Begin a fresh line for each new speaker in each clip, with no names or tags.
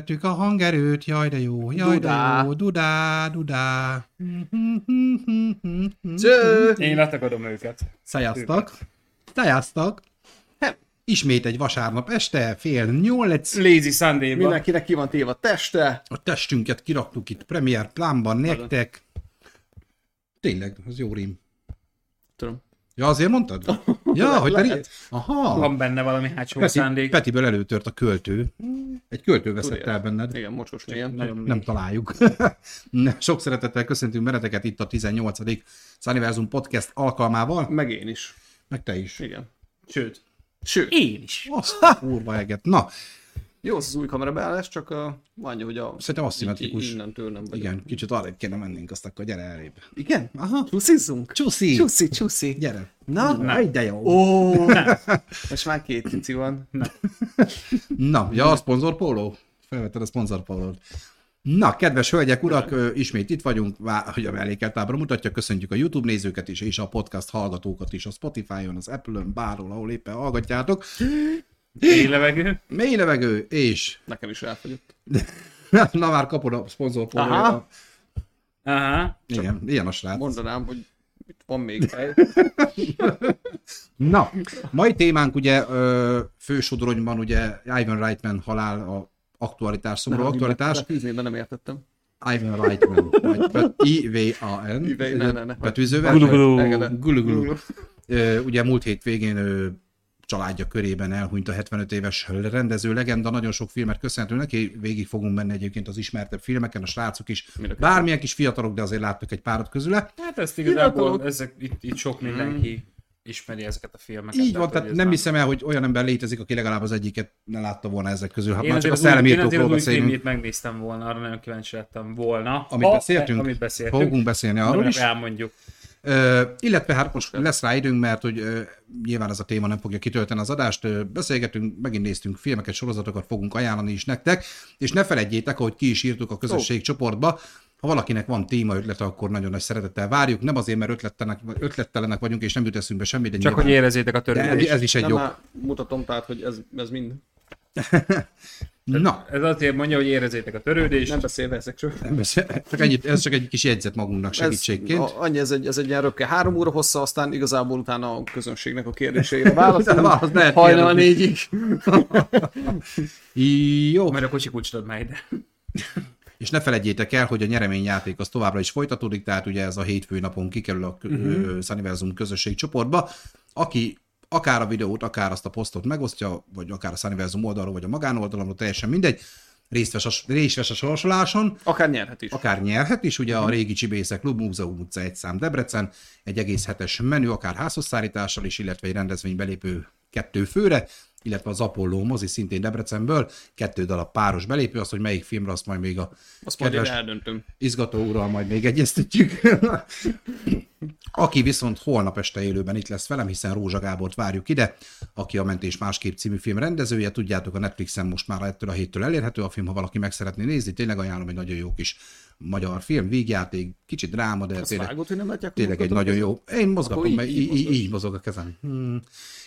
Tettük a hangerőt, jaj de jó, jaj
Dudá.
de jó, dudá, dudá.
Cső!
Én letagadom őket.
Szajáztak, szajáztak. Ismét egy vasárnap este, fél nyolc.
Lazy sunday -ba.
Mindenkinek ki van téve a teste.
A testünket kiraktuk itt Premier plánban nektek. Tényleg, az jó rím.
Tudom.
Ja, azért mondtad? Ja, hogy pedig...
Lehet.
Aha.
Van benne valami hátsó
Peti,
szándék.
Petiből előtört a költő. Egy költő veszett
Tudja.
el benned.
Igen, mocskos ilyen.
Nagyon
Nem találjuk. Na, Sok szeretettel köszöntünk mereteket itt a 18. Szaniverzum Podcast alkalmával,
Meg én is.
meg te is.
Igen.
Sőt.
Sőt,
Én is.
Azt a kurva eget. Na,
jó az az új kamera beállás, csak a, mondja, hogy a...
szerintem aszimmetrikus.
Így- Innentől nem vagyok.
Igen, kicsit arrébb kéne mennünk, azt akkor gyere elébb.
Igen?
Aha.
Csúszizzunk?
Csúszi!
Csúszi, csúszi.
Gyere.
Na?
Na, ide jó.
Ó, most már két cici van.
Na, ja, a szponzorpóló? Felvetted a szponzorpólót. Na, kedves hölgyek, urak, ö, ismét itt vagyunk, vá- hogy a mellékeltábra mutatja, köszöntjük a YouTube nézőket is, és a podcast hallgatókat is, a Spotify-on, az Apple-ön, bárhol, ahol éppen hallgatjátok.
Én levegő.
Mély levegő, és
Nekem is elfogyott.
na már kapod a szponzorpólóra.
Aha.
Aha.
Igen, ilyen a srác.
Mondanám, hogy itt van még hely.
Na, mai témánk ugye ö, fősodronyban ugye Ivan Reitman halál a aktualitás, szomorú aktualitás.
Hűzni, de nem értettem.
Ivan Reitman, vagy bet- I-V-A-N,
Ivan, ne, ne, ne.
betűzővel.
Gulugulú.
Engedem.
Gulugulú. Ö, Ugye múlt hétvégén ö, családja körében elhunyt a 75 éves rendező legenda, nagyon sok filmet köszönhető neki, végig fogunk menni egyébként az ismertebb filmeken, a srácok is,
Mind a
bármilyen kis fiatalok, de azért láttuk egy párat közüle.
Hát ezt
Fiatalok.
igazából ezek, itt, itt sok mindenki ismeri ezeket a filmeket.
Mhm. Így van, tehát
hogy ez
nem hiszem el, hogy olyan ember létezik, aki legalább az egyiket ne látta volna ezek közül, ha
Én
már csak a
azért az új- én azért
szellemírtókról
az új
beszélünk,
filmjét megnéztem volna, arra nagyon kíváncsi lettem volna.
amit
Ha-
beszéltünk,
Amit beszéltünk.
fogunk beszélni arról
Arról
is.
Elmondjuk.
Ö, illetve hát most lesz rá időnk, mert hogy ö, nyilván ez a téma nem fogja kitölteni az adást, ö, beszélgetünk, megint néztünk filmeket, sorozatokat fogunk ajánlani is nektek, és ne felejtjétek, ahogy ki is írtuk a közösség csoportba, ha valakinek van témaötlete, akkor nagyon nagy szeretettel várjuk. Nem azért, mert ötlettenek, ötlettelenek vagyunk, és nem jut eszünkbe semmi, de,
Csak
nyilván,
hogy érezzétek a
de
törvényt.
ez, ez is egy
Nem,
jó.
már mutatom, tehát, hogy ez, ez mind.
Na,
Ez azért mondja, hogy érezzétek a törődést.
Nem beszélve ezekről.
nem beszél- csak ennyit, ez csak egy kis jegyzet magunknak segítségként.
Ez, a- annyi, ez egy, ez egy ilyen röpke. Három óra hossza, aztán igazából utána a közönségnek a kérdéseire válaszol.
De válasz lehet
Hajnal
kiadni.
négyig.
Jó,
Mert a kocsi kulcsod már ide.
És ne felejtjétek el, hogy a nyereményjáték az továbbra is folytatódik, tehát ugye ez a hétfő napon kikerül a uh-huh. Sunniversum közösség csoportba. Aki akár a videót, akár azt a posztot megosztja, vagy akár a Sunniversum oldalról, vagy a magánoldalamról, teljesen mindegy, részt vesz a, részt vesz a sorsoláson,
Akár nyerhet is. Mhm.
akár nyerhet is, ugye a régi Csibészek Klub, Múzeum utca 1 szám Debrecen, egy egész hetes menü, akár házhozszállítással is, illetve egy rendezvény belépő kettő főre, illetve az Apollo mozi szintén Debrecenből, kettő darab páros belépő, az, hogy melyik filmre, azt majd még a
Azt majd én eldöntöm.
izgató úrral majd még egyeztetjük. Aki viszont holnap este élőben itt lesz velem, hiszen Rózsa Gábort várjuk ide, aki a Mentés másképp című film rendezője. Tudjátok, a Netflixen most már ettől a héttől elérhető a film, ha valaki meg szeretné nézni, tényleg ajánlom, egy nagyon jó kis magyar film, vígjáték, kicsit dráma, de
Azt
tényleg
vágod, hogy nem látják a
Tényleg egy
munkatot?
nagyon jó. Én mozgatom,
így-
mert
így
így, így, így mozog a kezem. Hmm.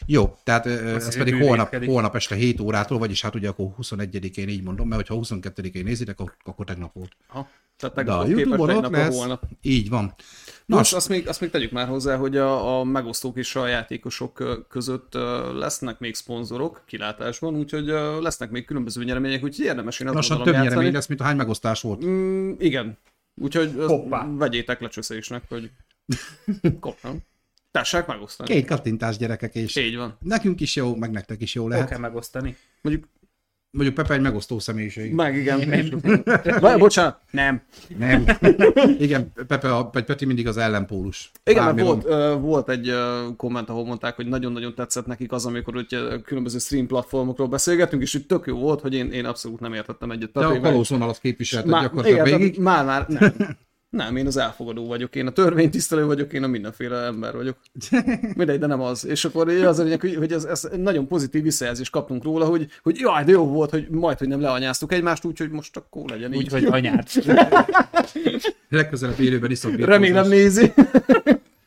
Jó, tehát ö, ez
azért
pedig holnap,
bűvészkedik.
holnap este 7 órától, vagyis hát ugye akkor 21-én így mondom, mert ha 22-én nézitek, ak- akkor tegnap volt.
Aha. Tehát
De
tegnap
a
a képes,
Youtube-on ott
tegnap a
lesz.
holnap.
Így van. Na,
Nos, azt még, azt még tegyük már hozzá, hogy a, a megosztók és a játékosok ö, között ö, lesznek még szponzorok kilátásban, úgyhogy ö, lesznek még különböző nyelemények, úgyhogy érdemes én azt
lassan több
gondolom
nyeremény
játszani.
lesz, mint a hány megosztás volt.
Mm, igen. Úgyhogy azt
Hoppá.
vegyétek lecsöszésnek, hogy kopnám. Tessák megosztani.
Két kattintás gyerekek, és
Így van.
nekünk is jó, meg nektek is jó
Hogy
lehet.
kell megosztani?
Mondjuk,
Mondjuk Pepe egy megosztó személyiség.
meg igen. Vagy, bocsánat, nem.
Nem. Igen, Pepe, a, vagy Peti mindig az ellenpólus.
Igen, mert
Bármi
volt, ö, volt egy ö, komment, ahol mondták, hogy nagyon-nagyon tetszett nekik az, amikor hogy különböző stream platformokról beszélgetünk, és úgy tök jó volt, hogy én, én abszolút nem értettem egyet.
van.
Tehát
De
én
a
meg-
kalózvonalat képviselted
Már-
gyakorlatilag
igen,
végig.
tehát Már, már, nem. Nem, én az elfogadó vagyok, én a törvénytisztelő vagyok, én a mindenféle ember vagyok. Mindegy, de nem az. És akkor az a lényeg, hogy- hogy ez, ez nagyon pozitív visszajelzést kaptunk róla, hogy, hogy jaj, de jó volt, hogy majd, hogy nem leanyáztuk egymást, úgyhogy most akkor legyen így.
Úgyhogy anyád.
Legközelebb élőben iszok birkózást.
Remélem nézi.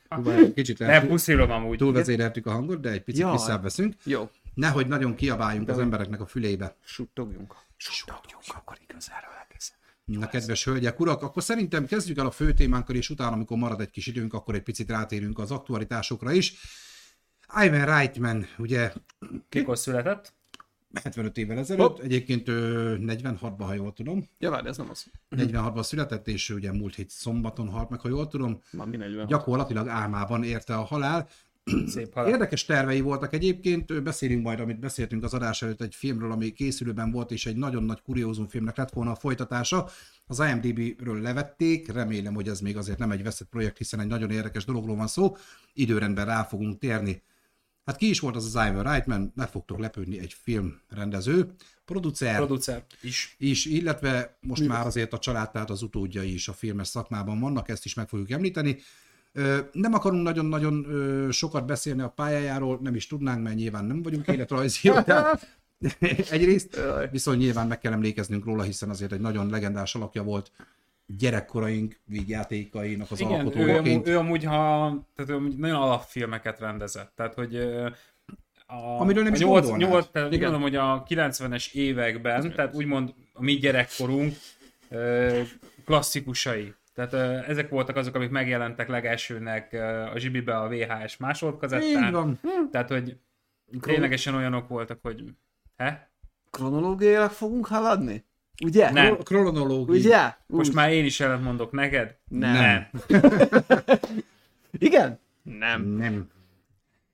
Hú, várj, Kicsit
Nem
eltú-
puszilom amúgy.
túlvezéreltük a hangot, de egy picit
Jaj.
visszaveszünk.
Jó.
nehogy nagyon kiabáljunk az embereknek a fülébe.
Suttogjunk. Suttogjunk, akkor igazára elkezdem.
Na, kedves hölgyek, urak, akkor szerintem kezdjük el a fő témánkkal, és utána, amikor marad egy kis időnk, akkor egy picit rátérünk az aktualitásokra is. Ivan Reitman, ugye
Mikor született?
75 évvel ezelőtt, Hopp. egyébként ő 46-ban, ha jól tudom,
Ja, várj, ez nem az.
46-ban született, és ugye múlt hét szombaton halt meg, ha jól tudom,
Már mi 40.
gyakorlatilag álmában érte a halál.
Szép halál.
Érdekes tervei voltak egyébként, Ö, beszélünk majd, amit beszéltünk az adás előtt egy filmről, ami készülőben volt, és egy nagyon nagy kuriózum filmnek lett volna a folytatása. Az IMDb-ről levették, remélem, hogy ez még azért nem egy veszett projekt, hiszen egy nagyon érdekes dologról van szó, időrendben rá fogunk térni. Hát ki is volt az az Ivan Reitman, meg fogtok lepődni egy filmrendező, producer,
Producer is.
is, illetve most már azért a család, tehát az utódjai is a filmes szakmában vannak, ezt is meg fogjuk említeni. Ö, Nem akarunk nagyon-nagyon ö, sokat beszélni a pályájáról, nem is tudnánk, mert nyilván nem vagyunk életrajzíró, tehát egyrészt,
Jaj.
viszont nyilván meg kell emlékeznünk róla, hiszen azért egy nagyon legendás alakja volt gyerekkoraink vígjátékainak az
Igen, ő, amúgy,
alkotójaként.
ő amúgy, ha, tehát ő amúgy nagyon alapfilmeket rendezett, tehát hogy ö, a,
Amiről nem
a
is
nyolc,
gondolnád.
nyolc, tehát úgy mondom, hogy a 90-es években, tehát úgymond a mi gyerekkorunk ö, klasszikusai. Tehát ö, ezek voltak azok, amik megjelentek legelsőnek ö, a zsibibe a VHS
Így
másodkazettán.
van. Hm.
Tehát, hogy ténylegesen olyanok voltak, hogy... He?
Kronológiailag fogunk haladni? Ugye?
Nem.
Kronológia.
Ugye?
Most
Úgy.
már én is ellent mondok neked?
Nem. Igen? Nem.
Nem.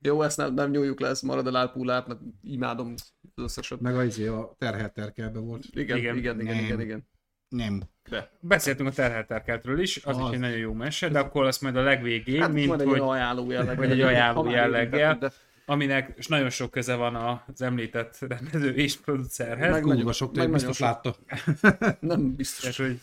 Jó, ezt nem, nem nyúljuk le, ez marad a lápúlápnak, imádom az összeset.
Meg az a terhelt terkelbe volt.
Igen,
Igen.
igen, igen, igen,
Nem.
igen, igen.
Nem.
De.
Beszéltünk a terhelterkeltről is, az,
Az.
is egy nagyon jó mese, de akkor azt majd a legvégén,
Hát
mint
van egy
hogy,
olyan ajánló jelleggel.
vagy egy ajánló
Ha már érintett,
jelleggel.
de-
aminek s nagyon sok köze van az említett rendező és producerhez.
Meg-
Meg...
Google
nagyon-
sok,
meg
tényleg biztos
nagyon
látta.
Nem biztos.
hogy...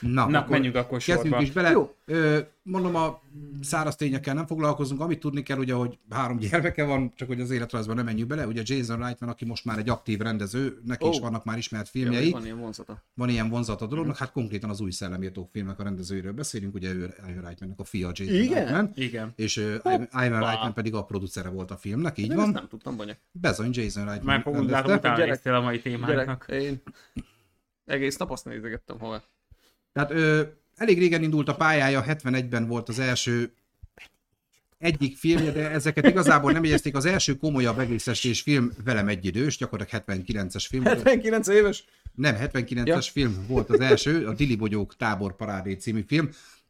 Na,
Na,
akkor
menjünk akkor
Kezdjünk
sorba.
is bele.
Jó.
Ö, mondom, a száraz tényekkel nem foglalkozunk, amit tudni kell, ugye, hogy három gyermeke van, csak hogy az életrajzban nem menjünk bele. Ugye Jason Reitman, aki most már egy aktív rendező, neki is
Ó.
vannak már ismert
Jó,
filmjei,
Van Mhm. ilyen vonzata.
van ilyen vonzata a dolognak, hát konkrétan az új szellemírtók filmnek a rendezőről beszélünk, ugye ő Ivan Reitmannek a fia Jason
Igen?
Reitman,
Igen.
és ö, Ivan Reitman pedig a producere volt a filmnek, így
Én ezt
van.
nem tudtam, banya.
Bezony Jason Reitman
Már fogunk
rendezte.
látom, utána
Gyerek-
néztél a mai témának.
Gyerek, én egész nap azt nézegettem, hol.
Tehát ö, elég régen indult a pályája, 71-ben volt az első egyik filmje, de ezeket igazából nem jegyezték. Az első komolyabb egészestés film velem egy idős, gyakorlatilag 79-es film. volt.
79 éves?
Nem, 79-es
Ja.
film volt az első, a Dili Bogyók táborparádé című film.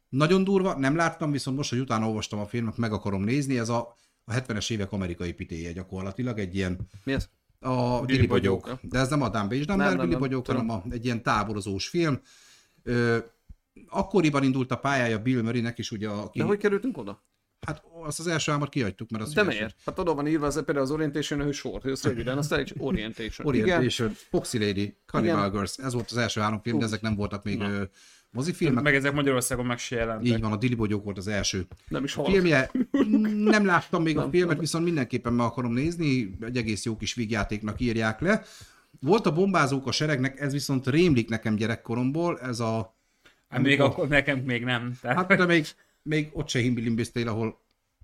Nagyon durva, nem láttam, viszont most, hogy utána olvastam a filmet, meg akarom nézni. Ez a, a 70-es évek amerikai pitéje gyakorlatilag, egy ilyen
Mi ez?
a
Billy
Billy Bogyók.
Bogyók.
De ez nem a Dan
Nem,
Bézsdamber
nem,
Billy
nem,
Bogyók,
tudom.
hanem a, egy ilyen táborozós film. Ö, akkoriban indult a pályája Bill Murraynek is, ugye, aki,
De hogy kerültünk oda?
hát azt az első álmat kihagytuk, mert az
De
ugye-
miért? Hát oda van írva az, például az orientation, hogy sor, hogy az röviden, azt elég csak orientation.
Orientation, Foxy Lady, Cannibal
Igen.
Girls, ez volt az első három film, de ezek nem voltak még ö, mozifilmek.
Meg ezek Magyarországon meg se jelentek.
Így van, a Dili Bogyók volt az első
Nem is hallok.
filmje. Nem láttam még a filmet, viszont mindenképpen meg akarom nézni, egy egész jó kis vígjátéknak írják le. Volt a bombázók a seregnek, ez viszont rémlik nekem gyerekkoromból, ez a
Hát még akkor nekem még nem. Tehát,
Hát te még, még ott se himbilimbiztél, ahol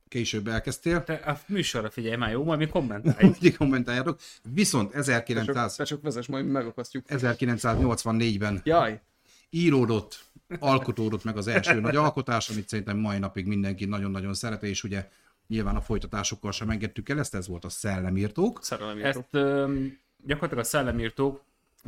később elkezdtél.
te a műsorra figyelj már, jó? Majd mi kommentáljuk.
Mindig kommentáljátok. Viszont 1900,
Te csak vezess, majd megakasztjuk.
1984-ben
Jaj,
íródott, alkotódott meg az első nagy alkotás, amit szerintem mai napig mindenki nagyon-nagyon szeret, és ugye nyilván a folytatásokkal sem engedtük el ezt, ez volt a Szellemírtók.
szerelem írtó.
Ezt öm, gyakorlatilag a szellemírtók,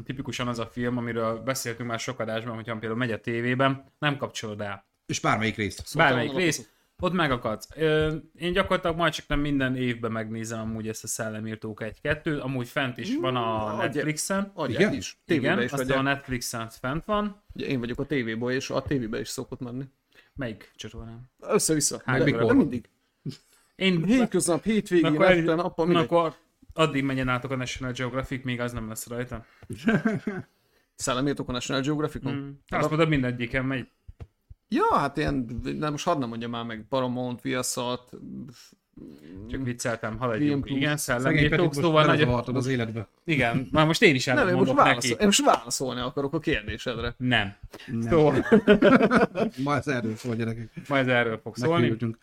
tipikusan az a film, amiről beszéltünk már sok adásban, hogyha például megy a tévében, nem kapcsolod el.
És bármelyik rész.
Bármelyik
Szóval
rész, ott megakadsz. Ö, Én gyakorlatilag majd csak nem minden évben megnézem amúgy ezt a szellemírtók egy-kettőt, amúgy fent is van a
adja.
Netflixen.
Adják
Igen?
is.
Igen,
Tévébe is
aztán a
adják.
Netflixen fent van.
Ugye Én vagyok a tévéból, és a tévébe is szokott menni.
Melyik csatornán?
Össze-vissza.
Hát,
de,
mikor?
de mindig.
Én
Hétköznap, hétvégén,
akkor,
este, nappal,
akkor,
mindegy.
akkor addig menjen át a National Geographic, még az nem lesz rajta.
Szellemírtók a National Geographicon?
Mm. Azt mondod, mindegyiken megy.
Ja, hát ilyen, nem most hadd nem mondjam már meg, Paramount, Viaszat, Hmm.
Csak vicceltem,
Film
haladjunk.
Plus.
Igen,
Szegény Petit
szellemírtók,
most
szóval nagyon...
belezavartad az életbe.
Igen, már most én is
nem, én most,
elmondok
válaszol,
neki.
én most válaszolni akarok a kérdésedre.
Nem. Szóval,
Ma ez erről szól, gyerekek.
majd erről fog szólni.
Megkülültünk.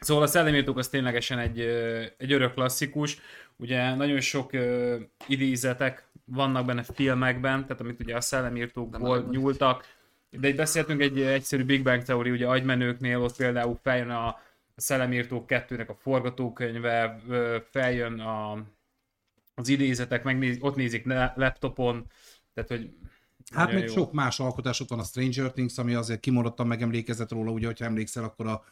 Szóval a szellemírtók az ténylegesen egy, ö, egy örök klasszikus, ugye nagyon sok ö, idézetek vannak benne filmekben, tehát amit ugye a szellemírtókból nyúltak, de itt beszéltünk egy ö, egyszerű Big Bang teóri, ugye agymenőknél ott például feljön a, a szellemírtók kettőnek a forgatókönyve, ö, feljön a, az idézetek, megnéz, ott nézik le- laptopon, tehát hogy
Hát
nagyon
meg
jó.
sok más alkotás, ott van a Stranger Things, ami azért kimondottan megemlékezett róla, ugye, hogyha emlékszel, akkor a,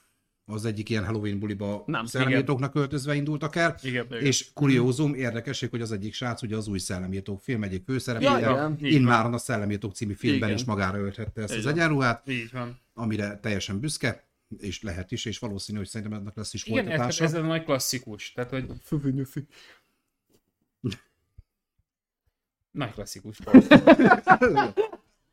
az egyik ilyen Halloween buliba
Nem,
szellemírtóknak költözve indultak el,
Igen, igen.
és kuriózum, érdekesség, hogy az egyik srác ugye az új szellemírtók film egyik
Ja,
főszereplője,
igen,
így
immáron a szellemírtók című filmben
Igen.
is magára ölthette ezt az
Igen.
egyenruhát,
így van.
amire teljesen büszke, és lehet is, és valószínű, hogy szerintem ennek lesz is
Igen, ez,
folytatása.
ez a nagy klasszikus, tehát hogy nagy klasszikus.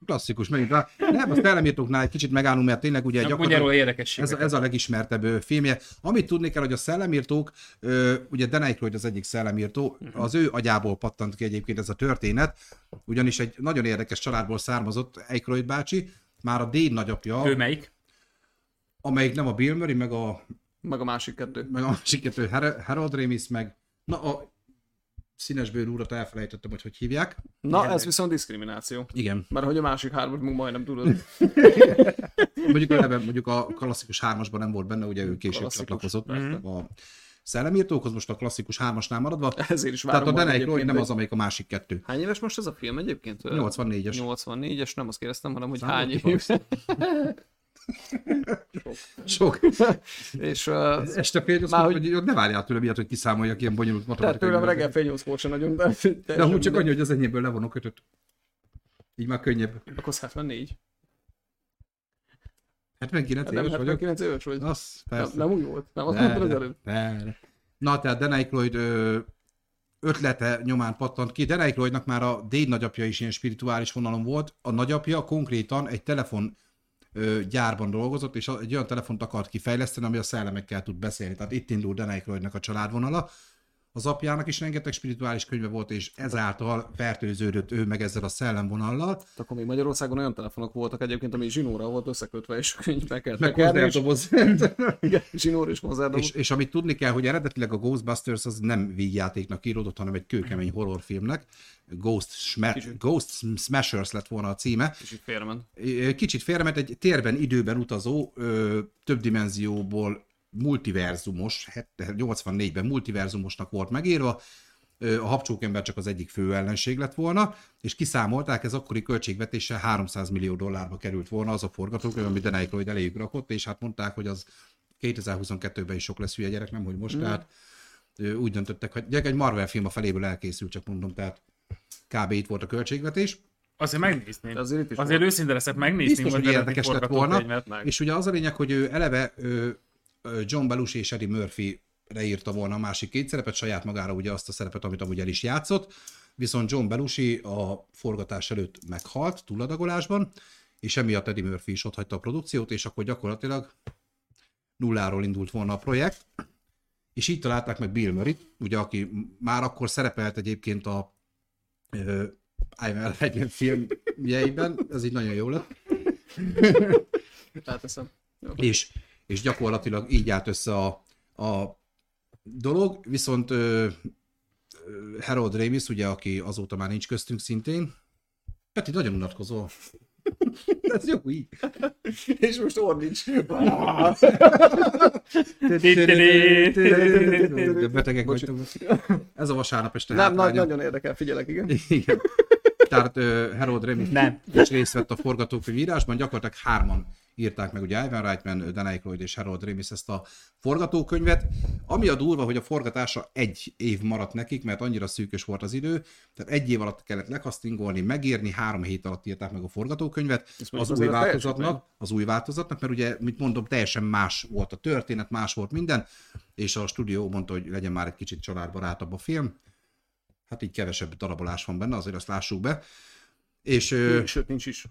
Klasszikus, megint rá. Nem, a szellemírtóknál egy kicsit megállunk, mert tényleg ugye
Mondj
gyakorlatilag
erről érdekesség.
ez, a- ez a legismertebb ö, filmje. Amit tudni kell, hogy a szellemírtók, ö, ugye Dan Aykroyd az egyik szellemírtó, az ő agyából pattant ki egyébként ez a történet, ugyanis egy nagyon érdekes családból származott Aykroyd bácsi, már a déd nagyapja,
Ő melyik?
amelyik nem a Bill Murray, meg a,
Meg a másik kettő.
meg a másik kettő, Har- Harold Ramis, meg na a színesbőr úrat elfelejtettem, hogy hogy hívják.
Na, ez viszont diszkrimináció.
Igen.
Mert hogy a másik hármat meg majdnem
Hm.
tudod.
Mondjuk, eleve, mondjuk a klasszikus hármasban nem volt benne, ugye ő később
Klasszikus,
csatlakozott a szellemírtókhoz, most a klasszikus hármasnál maradva.
Ezért is várom.
Tehát a
majd
Dan Aykroyd
egyébként,
nem
hogy-
az, amelyik a másik kettő.
Hány éves most ez a film egyébként?
84-es.
84-es, nem azt kérdeztem, hanem hogy
Számolni
hány éves.
fogsz. Sok.
És uh,
Este fél nyolc,
Már
hogy...
hogy-
hogy ne várjál tőlem ilyet, hogy kiszámoljak ilyen bonyolult
tehát
matematikai.
tőlem reggel
művelet.
fél nyolc volt se nagyon, de...
De amúgy csak annyi, hogy az enyémből levonok ötöt. Így már könnyebb.
Akkor 74. Hát
79
nem
Hát éves vagyok.
79 éves vagy.
Az,
Nem,
persze.
nem úgy volt. Nem, azt
Ne,
mondtad az előbb.
ne, ne. Na, tehát Dan Aykroyd ö, ötlete nyomán pattant ki. Dan Aykroydnak már a déd nagyapja is ilyen spirituális vonalon volt. A nagyapja konkrétan egy telefon ö, gyárban dolgozott, és egy olyan telefont akart kifejleszteni, ami a szellemekkel tud beszélni. Tehát itt indul Dan Aykroydnak a családvonala. Az apjának is rengeteg spirituális könyve volt, és ezáltal fertőződött ő meg ezzel a szellemvonallal.
Hát Akkor még Magyarországon olyan telefonok voltak egyébként, ami zsinóra volt összekötve, és könyvbe kellett
Meg
tekerni, és-
konzervdoboz.
Igen, zsinór és konzervdob.
És, és amit tudni kell, hogy eredetileg a Ghostbusters az nem vígjátéknak íródott, hanem egy kőkemény horrorfilmnek. Ghost, Sma- Ghost Smashers lett volna a címe.
Kicsit félrement.
Ö, Kicsit félremet, egy térben, időben utazó, ö, több dimenzióból multiverzumos, het- 84-ben multiverzumosnak volt megírva, Ö, a habcsókember csak az egyik fő ellenség lett volna, és kiszámolták, ez akkori költségvetéssel 300 millió dollárba került volna az a forgatókönyv, amit Dan Aykroyd eléjük rakott, és hát mondták, hogy az 2022-ben is sok lesz hülye gyerek, nem hogy most, tehát ö, úgy döntöttek, hogy gyerek, egy Marvel film a feléből elkészült, csak mondom, tehát kb. itt volt a költségvetés.
Azért megnézném.
De azért itt is
Azért
volt.
őszinte leszek, megnézni.
Biztos, hogy érdekes lett volna.
meg.
És ugye az a lényeg, hogy ő eleve ő, ö, John Belushi és Eddie Murphy leírta volna a másik két szerepet, saját magára ugye azt a szerepet, amit amúgy el is játszott, viszont John Belushi a forgatás előtt meghalt túladagolásban, és emiatt Eddie Murphy is ott hagyta a produkciót, és akkor gyakorlatilag nulláról indult volna a projekt, és így találták meg Bill murray ugye, aki már akkor szerepelt egyébként a ö, Ivan Legend filmjeiben, ez így nagyon jó lett,
Ráteszem.
és, és gyakorlatilag így állt össze a, a dolog, viszont ö, ö, Harold Ramis, ugye, aki azóta már nincs köztünk szintén, Peti, nagyon unatkozol. Ez jó így.
És most orr nincs.
De betegek vagytok. Ez a vasárnap este
Nem, nagy,
hátránya.
nagyon érdekel, figyelek, igen.
Igen. Tehát ö, Harold Ramis
Nem.
is részt vett a forgatókönyvírásban, gyakorlatilag hárman írták meg, ugye Ivan Reitman, Dan Aykroyd és Harold Ramis ezt a forgatókönyvet. Ami a durva, hogy a forgatása egy év maradt nekik, mert annyira szűkös volt az idő, tehát egy év alatt kellett lekasztingolni, megírni, három hét alatt írták meg a forgatókönyvet.
mondjuk
Az
azért
új
a
változatnak, az új változatnak, mert ugye, mint mondom, teljesen más volt a történet, más volt minden, és a stúdió mondta, hogy legyen már egy kicsit családbarátabb a film, hát így kevesebb darabolás van benne, azért azt lássuk be. És ö,
Sőt, nincs is.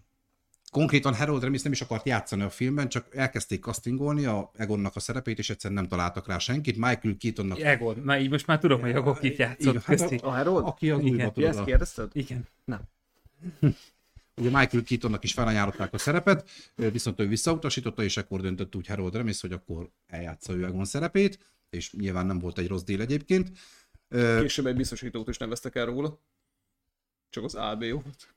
konkrétan Harold Ramis nem is akart játszani a filmben, csak elkezdték castingolni a Egonnak a szerepét, és egyszerűen nem találtak rá senkit. Michael Keatonnak,
Egon, na így most már tudom, hogy Egon kit
Igen,
játszott
hát
közti.
A Harold?
aki az
Igen.
újba
Ti ezt
tudod.
kérdezted?
Igen.
Ugye Michael Keatonnak is felajánlották a szerepet, ö, viszont ő visszautasította, és akkor döntött úgy Harold Remis, hogy akkor eljátsza ő Egon szerepét, és nyilván nem volt egy rossz dél egyébként. Ö,
Később egy biztosítót is neveztek el róla. Csak az AB jó volt.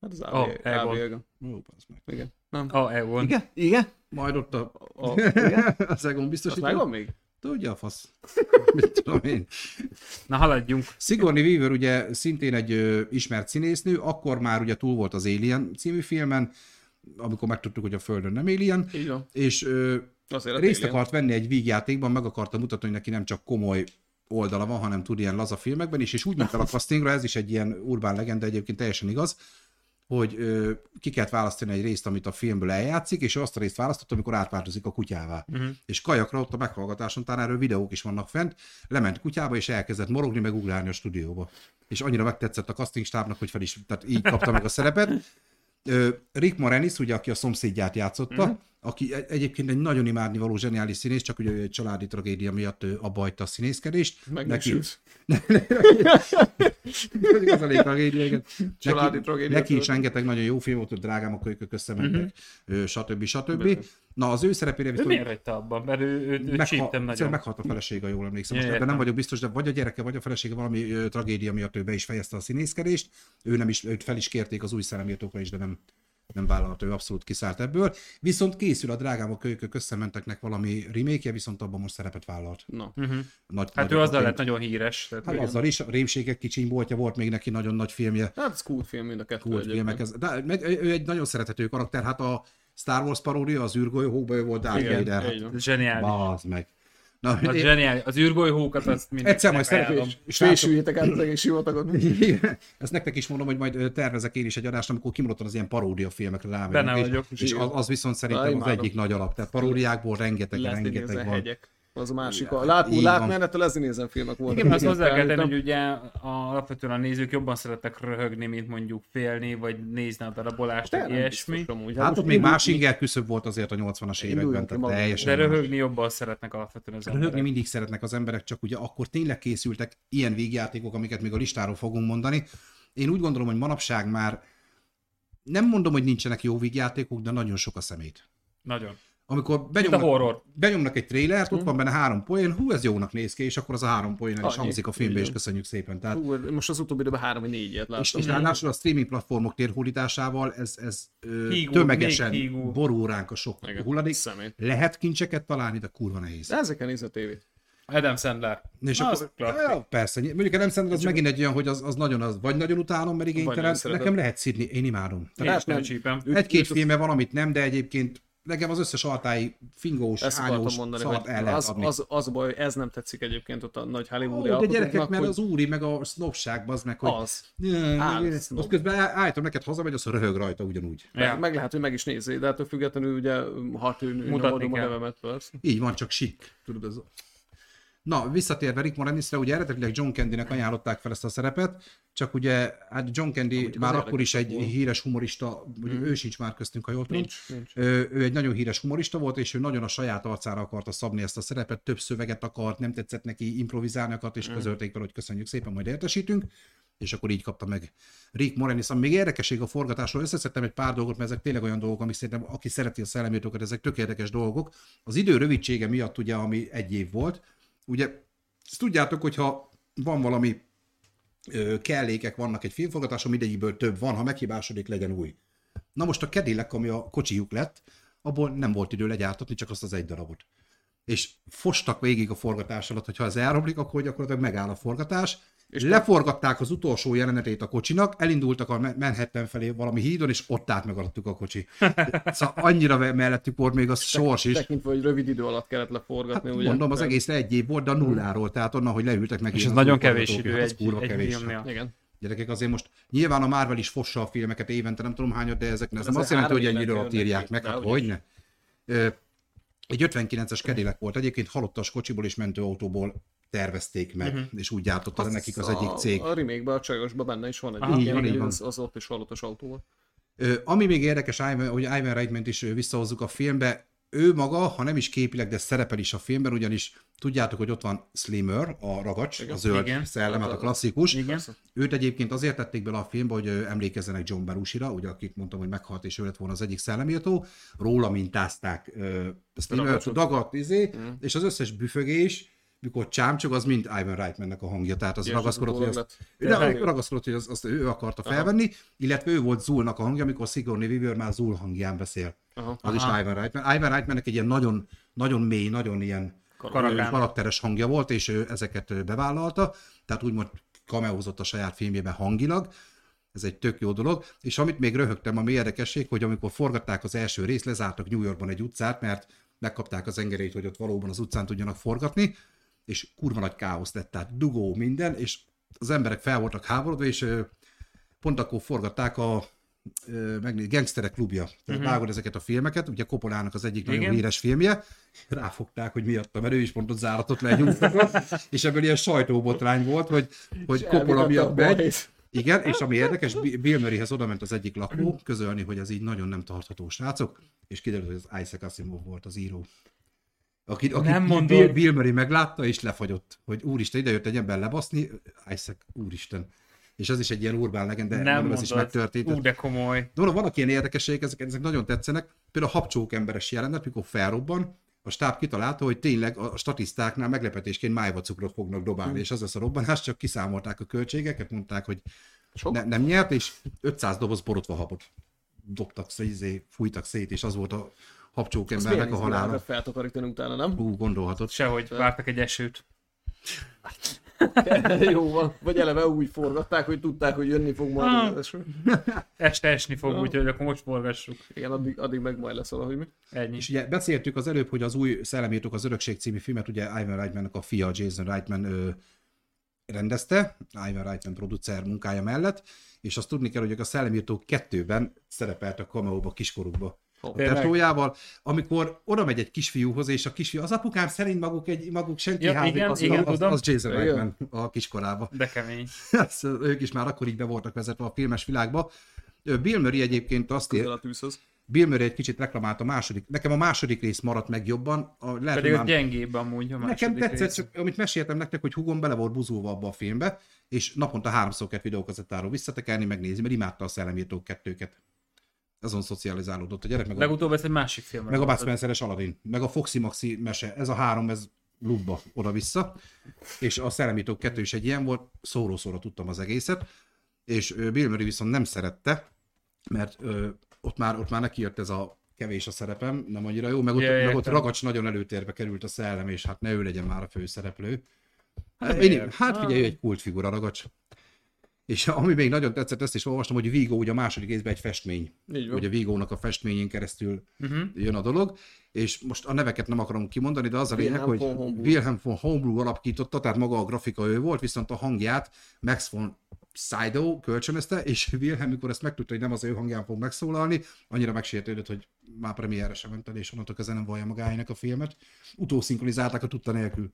Hát az AB,
Ah,
oh,
Egon.
AB igen.
Ó, bazd meg.
igen. Nem.
A Egon.
Igen? Igen?
Majd ott a,
A,
az Egon
az megvan
biztosító.
még?
Tudja a fasz. Mit tudom én.
Na haladjunk.
Sigourney Weaver ugye szintén egy ö, ismert színésznő, akkor már ugye túl volt az Alien című filmen, amikor megtudtuk, hogy a Földön nem Alien,
Így van.
és ö,
Azért a
részt
télén.
akart venni egy vígjátékban, meg akarta mutatni, hogy neki nem csak komoly oldala van, hanem tud ilyen laza filmekben is, és úgy ment el a castingra, ez is egy ilyen urbán legenda, egyébként teljesen igaz, hogy ö, ki kellett választani egy részt, amit a filmből eljátszik, és ő azt a részt választott, amikor átváltozik a kutyává. Uh-huh. És kajakra ott a meghallgatáson, talán erről videók is vannak fent, lement kutyába, és elkezdett morogni, meg ugrálni a stúdióba. És annyira megtetszett a casting stábnak, hogy fel is, tehát így kapta meg a szerepet. Ö, Rick Moranis, ugye, aki a szomszédját
Mhm.
játszotta, mm. aki e- egyébként egy nagyon imádni való zseniális színész, csak ugye ő egy családi tragédia miatt ő abba hagyta a színészkedést.
Megnősült.
az elég tragédia, igen.
Családi
Neki-
tragédia
Neki is
történt. Mhm.
rengeteg nagyon jó film volt, hogy drágám, a kölykök összementek, mm-hmm. stb. stb. Na, az ő szerepére
Ő miért
viszont
hagyta abban? Mert ő, ő, őt csíptem
egyszerűen
nagyon.
meghalt a felesége, jól emlékszem. Most ebben
Ja,
nem
értem.
vagyok biztos, de vagy a gyereke, vagy a felesége valami ö, tragédia miatt ő be is fejezte a színészkedést. Ő nem is, őt fel is kérték az új szellemírtókra is, de nem, nem vállalt, ő abszolút kiszállt ebből. Viszont készül a drágám a kölykök összementeknek valami remake viszont abban most szerepet vállalt.
Na.
Nagy,
Hát ő
nagyokat
azzal
én-
lett nagyon híres. Tehát
Hát
igen.
azzal is, a rémségek kicsiny boltja volt még neki nagyon nagy filmje
Hát ez cool film mind a kettő
kult
egyébként.
filmekhez. De meg, ő ő egy nagyon szerethető karakter, hát a Star Wars paródia, az űrgolyóhókba ő volt Darth
Igen,
Vader.
így
Hát,
van.
Zseniális.
bazd meg. Na,
Az
én-
zseniális. Az űrgolyhókat azt mindenkinek
Egyszer majd
ajánlom.
szerepel.
És fésüljétek át az egész sivatagot.
Ezt nektek is mondom, hogy majd ö, tervezek én is egy adást, amikor kimondottan az ilyen paródia filmekre rámegyünk.
Benne
és-
vagyok,
És az, az viszont
Na,
szerintem az
imádom.
egyik nagy alap. Tehát paródiákból rengeteg,
Leslie
rengeteg
Nielsen
van.
hegyek. Az a másik. A
Ja,
lát,
így van.
lát mellett a Leslie Nielsen filmek voltak.
Igen, mert azt
amiket
hozzá kell tenni,
felírtam.
hogy ugye a, alapvetően a nézők jobban szeretnek röhögni, mint mondjuk félni, vagy nézni a darabolást,
Te
vagy
nem
ilyesmi.
biztos amúgy.
Hát ott
most
még
indul-
más inger küszöbb volt azért a 80-as években,
Induljunk ki
tehát
magunkból.
teljesen
De
más.
röhögni jobban szeretnek alapvetően az
Röhögni
emberek.
mindig szeretnek az emberek, csak ugye akkor tényleg készültek ilyen végjátékok, amiket még a listáról fogunk mondani. Én úgy gondolom, hogy manapság már nem mondom, hogy nincsenek jó végjátékok, de nagyon sok a szemét.
Nagyon.
Amikor
Mint a
benyomnak,
horror.
benyomnak egy trélert, ott van benne három poén, hú, ez jónak néz ki, és akkor az a három poén el is
Hm. Annyi.
hangzik a filmbe, és
Igen.
köszönjük szépen. Tehát,
Hú, Most az utóbbi időben három vagy négyet
és,
láttam.
és ráadásul a streaming platformok térhódításával ez, ez ö,
Hígul, még
tömegesen
hígul.
borul ránk a sok
Igen.
hulladék.
Szemét.
Lehet kincseket találni, de kurva nehéz.
De ezeken néz a tévét.
Adam Sandler.
És
Na,
akkor,
az klassz.
Ja, persze, ny- mondjuk nem szerintem az megint egy olyan, hogy az, az nagyon az, vagy nagyon utálom, mert
nagyon
igénytelen,
szereted.
nekem lehet szidni, én imádom.
Én
Tehát
is
hát nem.
nem csípem.
Ő-
egy-két
őt az-
filme van, amit nem, de egyébként nekem az összes altái fingós,
Ezt
hányós
akartam mondani, hogy
szart el lehet
az,
adni.
az, az, a baj, hogy ez nem tetszik egyébként ott a nagy
Ó,
Hollywoodi
de gyerekek,
alkotóknak,
mert
hogy
az úri, meg a sznobság, az meg, hogy...
az.
Ja,
Áll,
igen.
snob.
Most közben á- állítom neked haza, vagy az röhög rajta ugyanúgy.
Ja.
Meg, meg lehet, hogy meg is nézi, de ettől függetlenül ugye, ha tűn,
Mutatni
nyomodom a
kell.
nevemet, persze.
Így van, csak sik. Tudod, az... Na, visszatérve Rick Moranisra, ugye eredetileg John Candynek ajánlották fel ezt a szerepet, csak ugye hát John Candy
Amúgy az
már akkor is egy
érdekes volt.
híres humorista, mm. ő sincs már köztünk, ha jól tudom.
Nincs, nincs.
Ő, ő egy nagyon híres humorista volt, és ő nagyon a saját arcára akarta szabni ezt a szerepet, több szöveget akart, nem tetszett neki improvizálni akart,
Mm.
és közölték vele, hogy köszönjük szépen, majd értesítünk, és akkor így kapta meg Rick Moranis. Ami még érdekesség a forgatásról, összeszedtem egy pár dolgot, mert ezek tényleg olyan dolgok, amik szerintem, aki szereti a szellemírtókat, ezek tök érdekes dolgok. Az idő rövidsége miatt ugye, ami egy év volt, ugye ezt tudjátok, hogyha van valami ö, kellékek vannak egy filmforgatáson, mindegyikből több van, ha meghibásodik, legyen új. Na most a Cadillac, ami a kocsijuk lett, abból nem volt idő legyártatni, csak azt az egy darabot. És fostak végig a forgatás alatt, hogyha ez elromlik, akkor gyakorlatilag megáll a forgatás. És leforgatták az utolsó jelenetét a kocsinak, elindultak a Ma- Manhattan felé valami hídon, és ott állt meg alattuk a kocsi. Szóval annyira ve- mellettük volt még a sors is.
Tekintve, hogy rövid idő alatt kellett leforgatni,
Hát
ugye.
mondom, az
Tehát-
egész egy év volt, de a nulláról, tehát onnan, hogy leültek meg.
És
ilyen
ez
az
nagyon
új
kevés
forgatókönyv,
idő
hát az
egy,
kurva
egy
kevés.
filmnél.
Igen.
Gyerekek, azért most nyilván a Marvel is fossa a filmeket évente, nem tudom hányat, de ezek ez nem
Ezek
azt jelenti,
Hát három
hogy ennyi
évente
idő alatt
jönnek
írják
ki,
meg,
de
hát
hogy is.
hogyne. Ö, Egy 59-es kedélek volt, egyébként halottas kocsiból és mentőautóból tervezték meg,
Mhm.
és úgy gyártotta le nekik az egyik
a,
cég.
A remake a csajosban benne is van egy
Így van,
ilyen,
így van.
az, az ott is halott az autóval.
Ö, Ami még érdekes, Ivan- hogy Ivan Reitment is ö, visszahozzuk a filmbe, ő maga, ha nem is képileg, de szerepel is a filmben, ugyanis tudjátok, hogy ott van Slimmer, a ragacs, a zöld
Igen.
szellemet, a klasszikus.
Igen.
Őt egyébként azért tették bele a filmbe, hogy ö, emlékezzenek John Belushi-ra, ugye akit mondtam, hogy meghalt, és ő lett volna az egyik szellemírtó. Róla mintázták ö, Slimmer-t,
Ragacsot.
dagadt, izé,
Mm.
és az összes büfögés, mikor csámcsog, az mind Ivan Reitmannek a hangja, tehát hát az
Ja, és az
ragaszkodott, hogy
utólag
azt,
lett.
de
Tényleg?
ragaszkodott, hogy azt, azt ő akarta felvenni, illetve ő volt Zulnak a hangja, amikor Sigourney Weaver már Zul hangján beszél.
Aha.
Az is Ivan Reitman. Ivan Reitmannek egy ilyen nagyon, nagyon mély, nagyon ilyen
Karakán.
ö, karakteres hangja volt, és ő ezeket ö, bevállalta, tehát úgymond kameózott a saját filmjében hangilag, ez egy tök jó dolog, és amit még röhögtem, ami érdekesség, hogy amikor forgatták az első részt, lezártak New Yorkban egy utcát, mert megkapták az engedélyt, hogy ott valóban az utcán tudjanak forgatni, és kurva nagy káosz lett, tehát dugó minden, és az emberek fel voltak háborodva, és ö, pont akkor forgatták a ö, megné- Gangsterek klubja. Tehát uh-huh. vágod ezeket a filmeket, ugye Kopolának az egyik nagyon
Igen.
híres filmje, ráfogták, hogy miatta, mert ő is pont ott záratot lenyújtott, és ebből ilyen sajtóbotrány volt, hogy, hogy Coppola
elvitette
miatt
a
megy.
bajt.
Igen, és ami érdekes, Bi- Bill Murrayhez oda ment az egyik lakó közölni, hogy ez így nagyon nem tartható srácok, és kiderült, hogy az Isaac Asimov volt az író. Aki, aki
Nem
nem
mondod.
Bill, Bill Murray meglátta, és lefagyott, hogy úristen, ide jött egy ember lebaszni, Isaac, úristen. És ez is egy ilyen urbán legenda,
Nem
mondom,
mondod.
ez is megtörtént.
Ú, de komoly.
De mondom, vannak ilyen érdekességek, ezek, ezek nagyon tetszenek. Például a habcsók emberes jelenet, mikor felrobban, a stáb kitalálta, hogy tényleg a a statisztáknál meglepetésként májva cukrot fognak dobálni,
Hmm.
és az lesz a robbanás, csak kiszámolták a költségeket, mondták, hogy
Sok?
ne, nem nyert, és 500 doboz borotva habot dobtak, szé- izé, fújtak szét, és az volt a habcsók
Azt
embernek
milyen
a
izgalmas
halála.
Feltakarítani utána, nem?
Hú, gondolhatod.
Sehogy vártak egy esőt.
Jó van. Vagy eleve úgy forgatták, hogy tudták, hogy jönni fog majd.
Ah.
az eső.
Este esni fog,
Na.
úgyhogy akkor most forgassuk.
Igen, addig, addig meg majd lesz valahogy mi.
Ennyi.
És ugye beszéltük az előbb, hogy az új Szellemírtók az Örökség című filmet, ugye Ivan Reitmannek a fia, Jason Reitman ö, rendezte, Ivan Reitman producer munkája mellett, és azt tudni kell, hogy ők a Szellemírtók kettőben szerepeltek kameóba kiskorukba. A
Tényleg?
tesójával, amikor oda megy egy kisfiúhoz, és a kisfiú, az apukám szerint maguk egy maguk senki
Ja,
házik,
igen,
az,
igen,
az,
tudom.
az Jason
Igen.
Reitman a kiskorába.
De kemény.
Ezt, ők is már akkor így be voltak vezetve a filmes világba. Ö, Bill Murray egyébként azt ír,
Közel a tűzhöz.
Bill Murray egy kicsit reklamált a második, nekem a második rész maradt meg jobban, a, lehet,
Pedig
hogy
ott
már,
gyengébb amúgy a
Hát nekem
második
tetszett,
rész.
csak, amit meséltem nektek, hogy hugom bele volt buzulva abba a filmbe, és naponta háromszor kellett videókazettáról visszatekerni, megnézni, mert imádta a szellemírtók kettőket. Azon szocializálódott a gyerek, meg a,
Legutóbb ez egy másik film.
meg a Bud Spencer-es Aladdin, meg a Foxy Maxi mese, ez a három, ez lubba oda-vissza, és a szellemítók kettő is egy ilyen volt, szóró-szóra tudtam az egészet, és ö, Bill Murray viszont nem szerette, mert ö, ott már, ott már neki jött ez a kevés a szerepem, nem annyira jó, meg ott,
Ja,
meg ott
értem.
ragacs nagyon előtérbe került a szellem, és hát ne ő legyen már a főszereplő. Hát, én, hát figyelj, ő egy kultfigura ragacs. És ami még nagyon tetszett, ezt is olvastam, hogy Vigo ugye a második részben egy festmény.
Így van.
Ugye Vigónak a festményén keresztül
Mhm.
uh-huh. jön a dolog, és most a neveket nem akarom kimondani, de az a lényeg,
Wilhelm
hogy
von Homburg.
Wilhelm von Homburg alapította, tehát maga a grafika ő volt, viszont a hangját Max von Sydow kölcsönözte, és Wilhelm, mikor ezt megtudta, hogy nem az ő hangján fog megszólalni, annyira megsértődött, hogy már premierre sem ment el, és onnantól kezdve nem vallja magáének a filmet. Utószinkronizálták a tudta nélkül.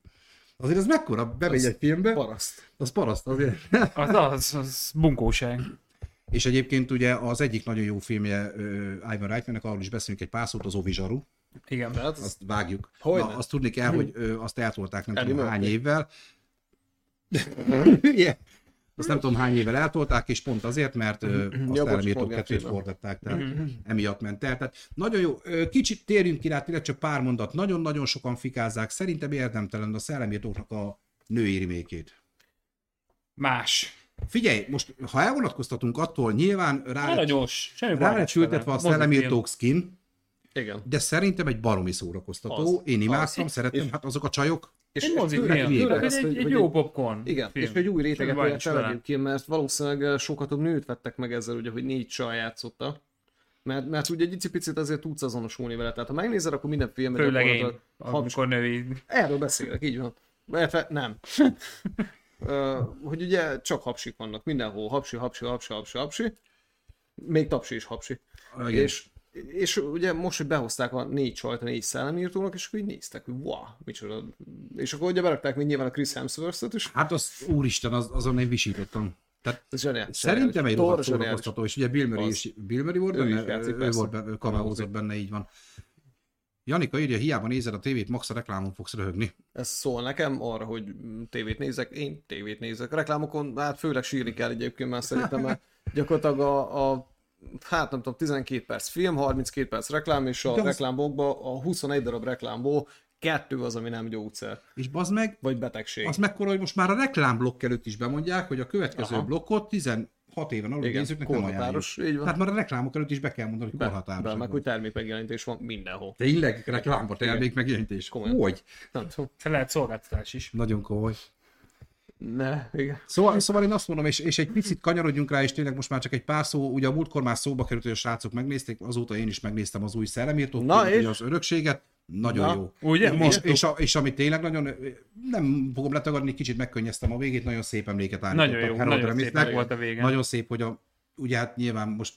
Azért ez mekkora bemegy
Az
egy filmbe,
Paraszt.
az paraszt azért.
Az, az, az bunkóság.
És egyébként ugye az egyik nagyon jó filmje ö, Ivan Reitmannek, arról is beszélünk egy pár szót, az Ovi Zsaru.
Igen.
Tehát az
Azt vágjuk.
Hogyne.
Na, azt tudni kell, hogy ö, azt eltolták nem
Eddie
tudom hány
Murphy.
évvel. Hülye! Azt nem tudom hány évvel eltolták, és pont azért, mert ö, azt
bocs,
elmírtó
Morgan
kettőt
Freeman.
forgatták, tehát emiatt ment el. Tehát nagyon jó, Ö, kicsit térjünk ki rá, tényleg csak pár mondat. Nagyon-nagyon sokan fikázzák, szerintem érdemtelen a szellemírtóknak a női remékét.
Más.
Figyelj, most ha elvonatkoztatunk attól, nyilván rá, lett-
Aranyos. Semmi
rá lett sültetve a szellemírtók skin,
igen.
de szerintem egy baromi szórakoztató.
Az.
Én imádtam, szerettem,
és-
hát azok a csajok.
És,
Egy
és
mozifilm.
főleg,
Egy-
főleg
Ez
azt,
egy,
hogy,
egy
hogy
jó popcorn.
Igen,
film.
és hogy új réteget
Semmi baj nincs
olyan
vele.
egyébként, mert valószínűleg eh, sokat több nőt vettek meg ezzel, ugye, hogy négy csaj játszotta. Mert, mert ugye egy picit azért tudsz azonosulni vele, tehát ha megnézed, akkor minden filmben
Főleg én,
gyakorlatilag habs-
amikor női.
Erről beszélek, így van. Illetve nem. Ö, hogy ugye csak hapsik vannak mindenhol, hapsi, hapsi, hapsi, hapsi, hapsi. Még tapsi is hapsi.
Igen.
És, és ugye most, hogy behozták a négy csajt a négy szellemírtónak, és akkor így néztek, hogy wow, micsoda. És akkor ugye berakták még nyilván a Chris Hemsworth-ot is.
Hát az, úristen, az, azon én visítottam. Tehát
Ez zseniális.
szerintem egy rohadt
Torz zseniális.
szórakoztató, és ugye Bill Murray,
Az.
is, Bill Murray volt
Ő is
benne,
játszik,
ő, ő
persze.
volt benne, ő kameózott benne, így van. Janika írja, hiába nézed a tévét, max a reklámon fogsz röhögni.
Ez szól nekem arra, hogy tévét nézek, én tévét nézek. Reklámokon hát főleg sírni kell egyébként, mert szerintem már gyakorlatilag a, a hát nem tudom, 12 perc film, 32 perc reklám, és a
De az-
reklámokban a 21 darab reklámból kettő az, ami nem gyógyszer,
És bazd meg,
vagy betegség.
az mekkora, hogy most már a reklámblokk előtt is bemondják, hogy a következő
Aha.
Aha. blokkot 16 éven alul
Igen,
nézőknek nem ajánljuk.
korhatáros, így van.
Tehát már a reklámok előtt is be kell mondani, hogy
be,
korhatáros.
be, meg hogy termék megjelenítés van mindenhol.
Tényleg reklámba termék megjelenítés.
Komolyan.
Hogy?
Nem tudom.
Lehet szolgáltatás is.
Nagyon komoly.
Ne, igen.
Szóval, szóval én azt mondom, és, és egy picit kanyarodjunk rá, és tényleg most már csak egy pár szó, ugye a múltkor már szóba került, hogy a srácok megnézték, azóta én is megnéztem az új szellemírtót,
Na
és...
és?
az örökséget, nagyon
Na,
jó.
ugye?
És,
Mondtuk.
és, a, és, ami tényleg nagyon, nem fogom letagadni, kicsit megkönnyeztem a végét, nagyon szép emléket állítottak.
Nagyon jó,
Harold
nagyon szép
Ramis-nek.
meg volt a vége.
Nagyon szép, hogy a, ugye hát nyilván most,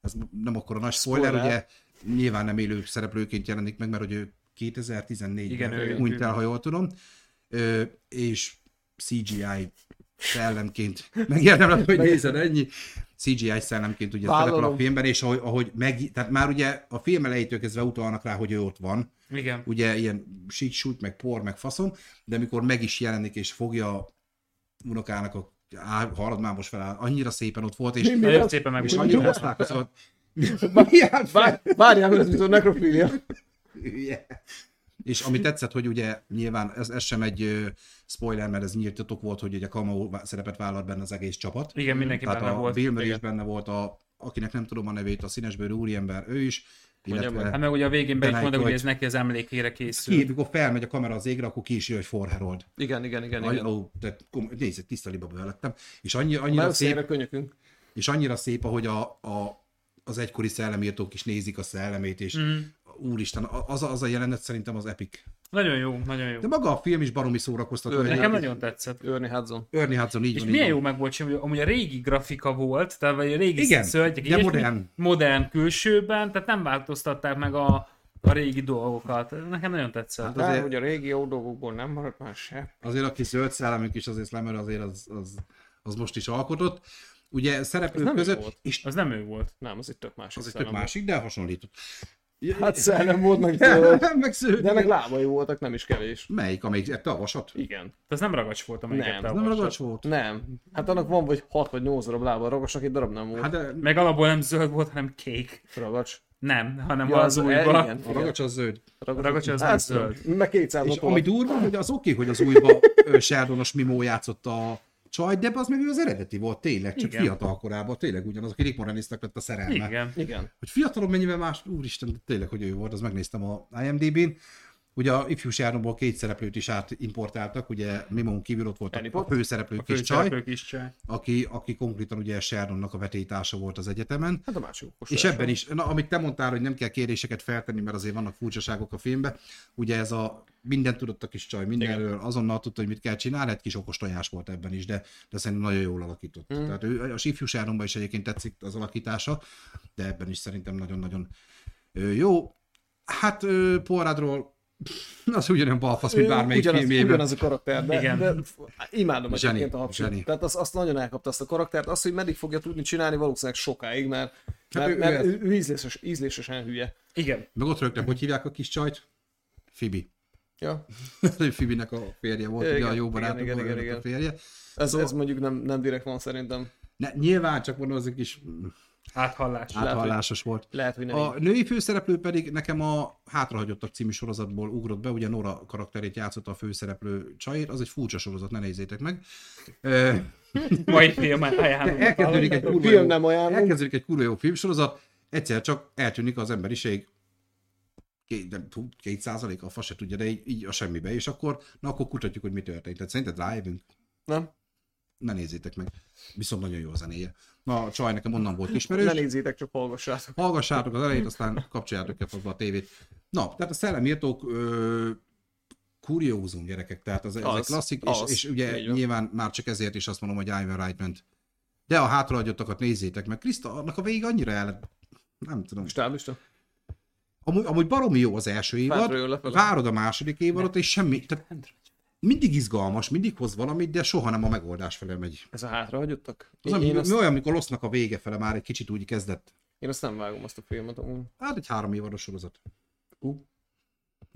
ez nem akkor a nagy spoiler,
Spoiler.
ugye nyilván nem élő szereplőként jelenik meg, mert hogy ő 2014-ben
Igen, ő-
hunyt el,
ő-
ha jól tudom, Ö, és CGI szellemként megérdemlem, hogy nézed ennyi. CGI szellemként ugye
Vállalom.
szerepel a filmben, és ahogy, ahogy meg, tehát már ugye a film elejétől kezdve utalnak rá, hogy ő ott van,
Igen.
ugye ilyen sítsút, meg por, meg faszom, de mikor meg is jelenik és fogja unokának a á- haladmámos fel, annyira szépen ott volt, és,
Mi
Nagyon
az?
szépen
és annyira
megmutatom.
használkozott. Marián,
Vár, várjál, mert ez mint a nekrofília.
Yeah. És ami tetszett, hogy ugye nyilván ez, ez sem egy ö, spoiler, mert ez nyílt titok volt, hogy ugye cameo vá- szerepet vállalt benne az egész csapat.
Igen, mindenki
Tehát
benne
Hát a
volt.
Bill Murray is
Igen.
benne volt, a, akinek nem tudom a nevét, a színesbőrű úriember, ő is.
Mondjam
Hát
Illetve
meg ugye a végén be is
Benne
mondok, hogy
volt.
ez neki az emlékére
ki,
készül.
mikor felmegy a kamera az égre, akkor ki is jön, hogy For Harold.
Igen, igen, igen.
Aj,
igen.
ó, tehát kom- nézd, tiszta liba belettem. És annyi, annyira,
Már
szép,
szép. könyökünk.
és annyira szép, ahogy a, a, az egykori szellemírtók is nézik a szellemét, és
Mhm.
mm. úristen, a- az a, az a jelenet szerintem az epic.
Nagyon jó, nagyon jó.
De maga a film is baromi szórakoztató.
Örnek.
Nekem
Nekem...
nagyon tetszett.
Örni Hudson.
Ernie Hudson így
És
van.
milyen
így
jó
van.
meg volt csinálva, hogy amúgy a régi grafika volt, tehát vagy a régi
Igen,
szörnyek,
de
ilyesmi,
modern.
modern külsőben, tehát nem változtatták meg a, a régi dolgokat. Nekem nagyon tetszett.
Hát azért-
Azért... hogy a régi jó dolgokból nem maradt már se.
Azért aki zöld szellemünk is azért Slammer azért az, az, az most is alkotott. Ugye szereplők
nem ő
között,
volt.
és
Az nem ő volt.
Nem, az itt tök másik
az egy tök
szellem.
másik, de hasonlított.
Hát szellem volt, meg
meg szőr.
De meg lábai voltak, nem is kevés.
Melyik, amelyik ette a vasat?
Igen.
Tehát az nem ragacs volt, amelyiket
Nem,
te
az
Nem
olvastad.
ragacs volt?
Nem. Hát annak van vagy 6 vagy 8 darab lába, ragosnak egy darab nem volt.
Hát
Hát,
de
Meg alapból nem zöld volt, hanem kék.
ragacs.
Nem, hanem
Ja,
az
az-
újba.
igen.
a ragacs az zöld.
Ragacs, Hát,
Ragacs az nem zöld.
Meg 200
És
napon.
ami durva, hogy az oké, hogy az újba ö, Sherdonos Mimó játszott a csaj, de az meg ő az eredeti volt, tényleg, csak
Igen.
fiatal korában, tényleg ugyanaz, aki Rick Moranisnak lett a szerelme.
Igen.
Igen.
Hogy fiatalon mennyivel más, úristen, de tényleg, hogy ő volt, az megnéztem a IMDb-n. Ugye a ifjúságomból két szereplőt is átimportáltak, ugye Mimón kívül ott volt a,
Penny
a
Pot?
főszereplő kis csaj,
Főszereplő kis csaj.
aki, aki konkrétan ugye Sheldonnak a vetélytársa volt az egyetemen.
Hát a másik okos.
És ebben is, na, amit te mondtál, hogy nem kell kéréseket feltenni, mert azért vannak furcsaságok a filmben, ugye ez a minden tudott a kis csaj mindenről, azonnal tudta, hogy mit kell csinálni, egy kis okos tojás volt ebben is, de, de szerintem nagyon jól alakított. Hmm. Tehát ő, a Sifjusáromban is egyébként tetszik az alakítása, de ebben is szerintem nagyon-nagyon ö, jó. Hát ö, Poirotról pff, az ugyanolyan balfasz, mint bármelyik
ugyanaz,
filmében.
ugyanaz a karakter, de,
Igen.
Igen. de f- imádom
Zseni,
egyébként a
zseni.
hapsit. Tehát azt, azt nagyon elkapta azt a karaktert, azt, hogy meddig fogja tudni csinálni valószínűleg sokáig, mert, mert,
Hát ő-
ő,
ő
mert
ez.
ő, ő ízléses, ízlésesen hülye.
Igen.
Meg ott rögtön, hogy hívják a kis csajt? Fibi.
Ja.
Fibinek a férje volt,
Igen,
ugye a jó
igen,
barátunk,
igen,
volt,
igen,
ő
igen.
a férje.
Ez,
Szóval-
ez mondjuk nem, nem direkt van szerintem.
Ne, nyilván, csak mondom, az egy kis mm,
Áthallás.
Hát.
hogy-
áthallásos volt.
Lehet, hogy nem.
A női főszereplő pedig nekem a Hátrahagyottak című sorozatból ugrott be, ugye Nora karakterét játszotta a főszereplő csajét, az egy furcsa sorozat, ne nézzétek meg. Ö,
Mai film hát, ajánlom.
Elkezdődik egy, kurva
Film
jó-
nem ajánlom.
elkezdődik egy kurva jó filmsorozat, egyszer csak eltűnik az emberiség két, nem tudom, két százalék, a fa se tudja, de így, így a semmibe, és akkor, na akkor kutatjuk, hogy mi történt. Tehát szerinted rájövünk?
Nem?
Ne nézzétek meg. Viszont nagyon jó a zenéje. Na, a csaj nekem onnan volt
Ne
ismerős.
nézzétek, csak hallgassátok.
hallgassátok az elejét, aztán kapcsoljátok el fogva a tévét. Na, tehát a szellemírtók ö, kuriózum gyerekek, tehát az, az, az egy
Az,
klasszik,
az,
és, és ugye
így van.
nyilván már csak ezért is azt mondom, hogy Ivan Wright ment. De a hátrahagyatottakat nézzétek meg. Kriszta, annak a végig annyira el... Nem tudom.
Stáblista?
Amúgy, amúgy baromi jó az első
Fátról
évad,
lefele.
várod a második évadot, és semmi... Tehát mindig izgalmas, mindig hoz valamit, de soha nem a megoldás fele megy.
Ez a hátra hagyottak?
Az,
Én, én,
ami,
azt,
mi olyan, amikor losznak a vége fele, már egy kicsit úgy kezdett.
én azt nem vágom azt a filmet amúgy.
Hát egy három évados sorozat.
Ú.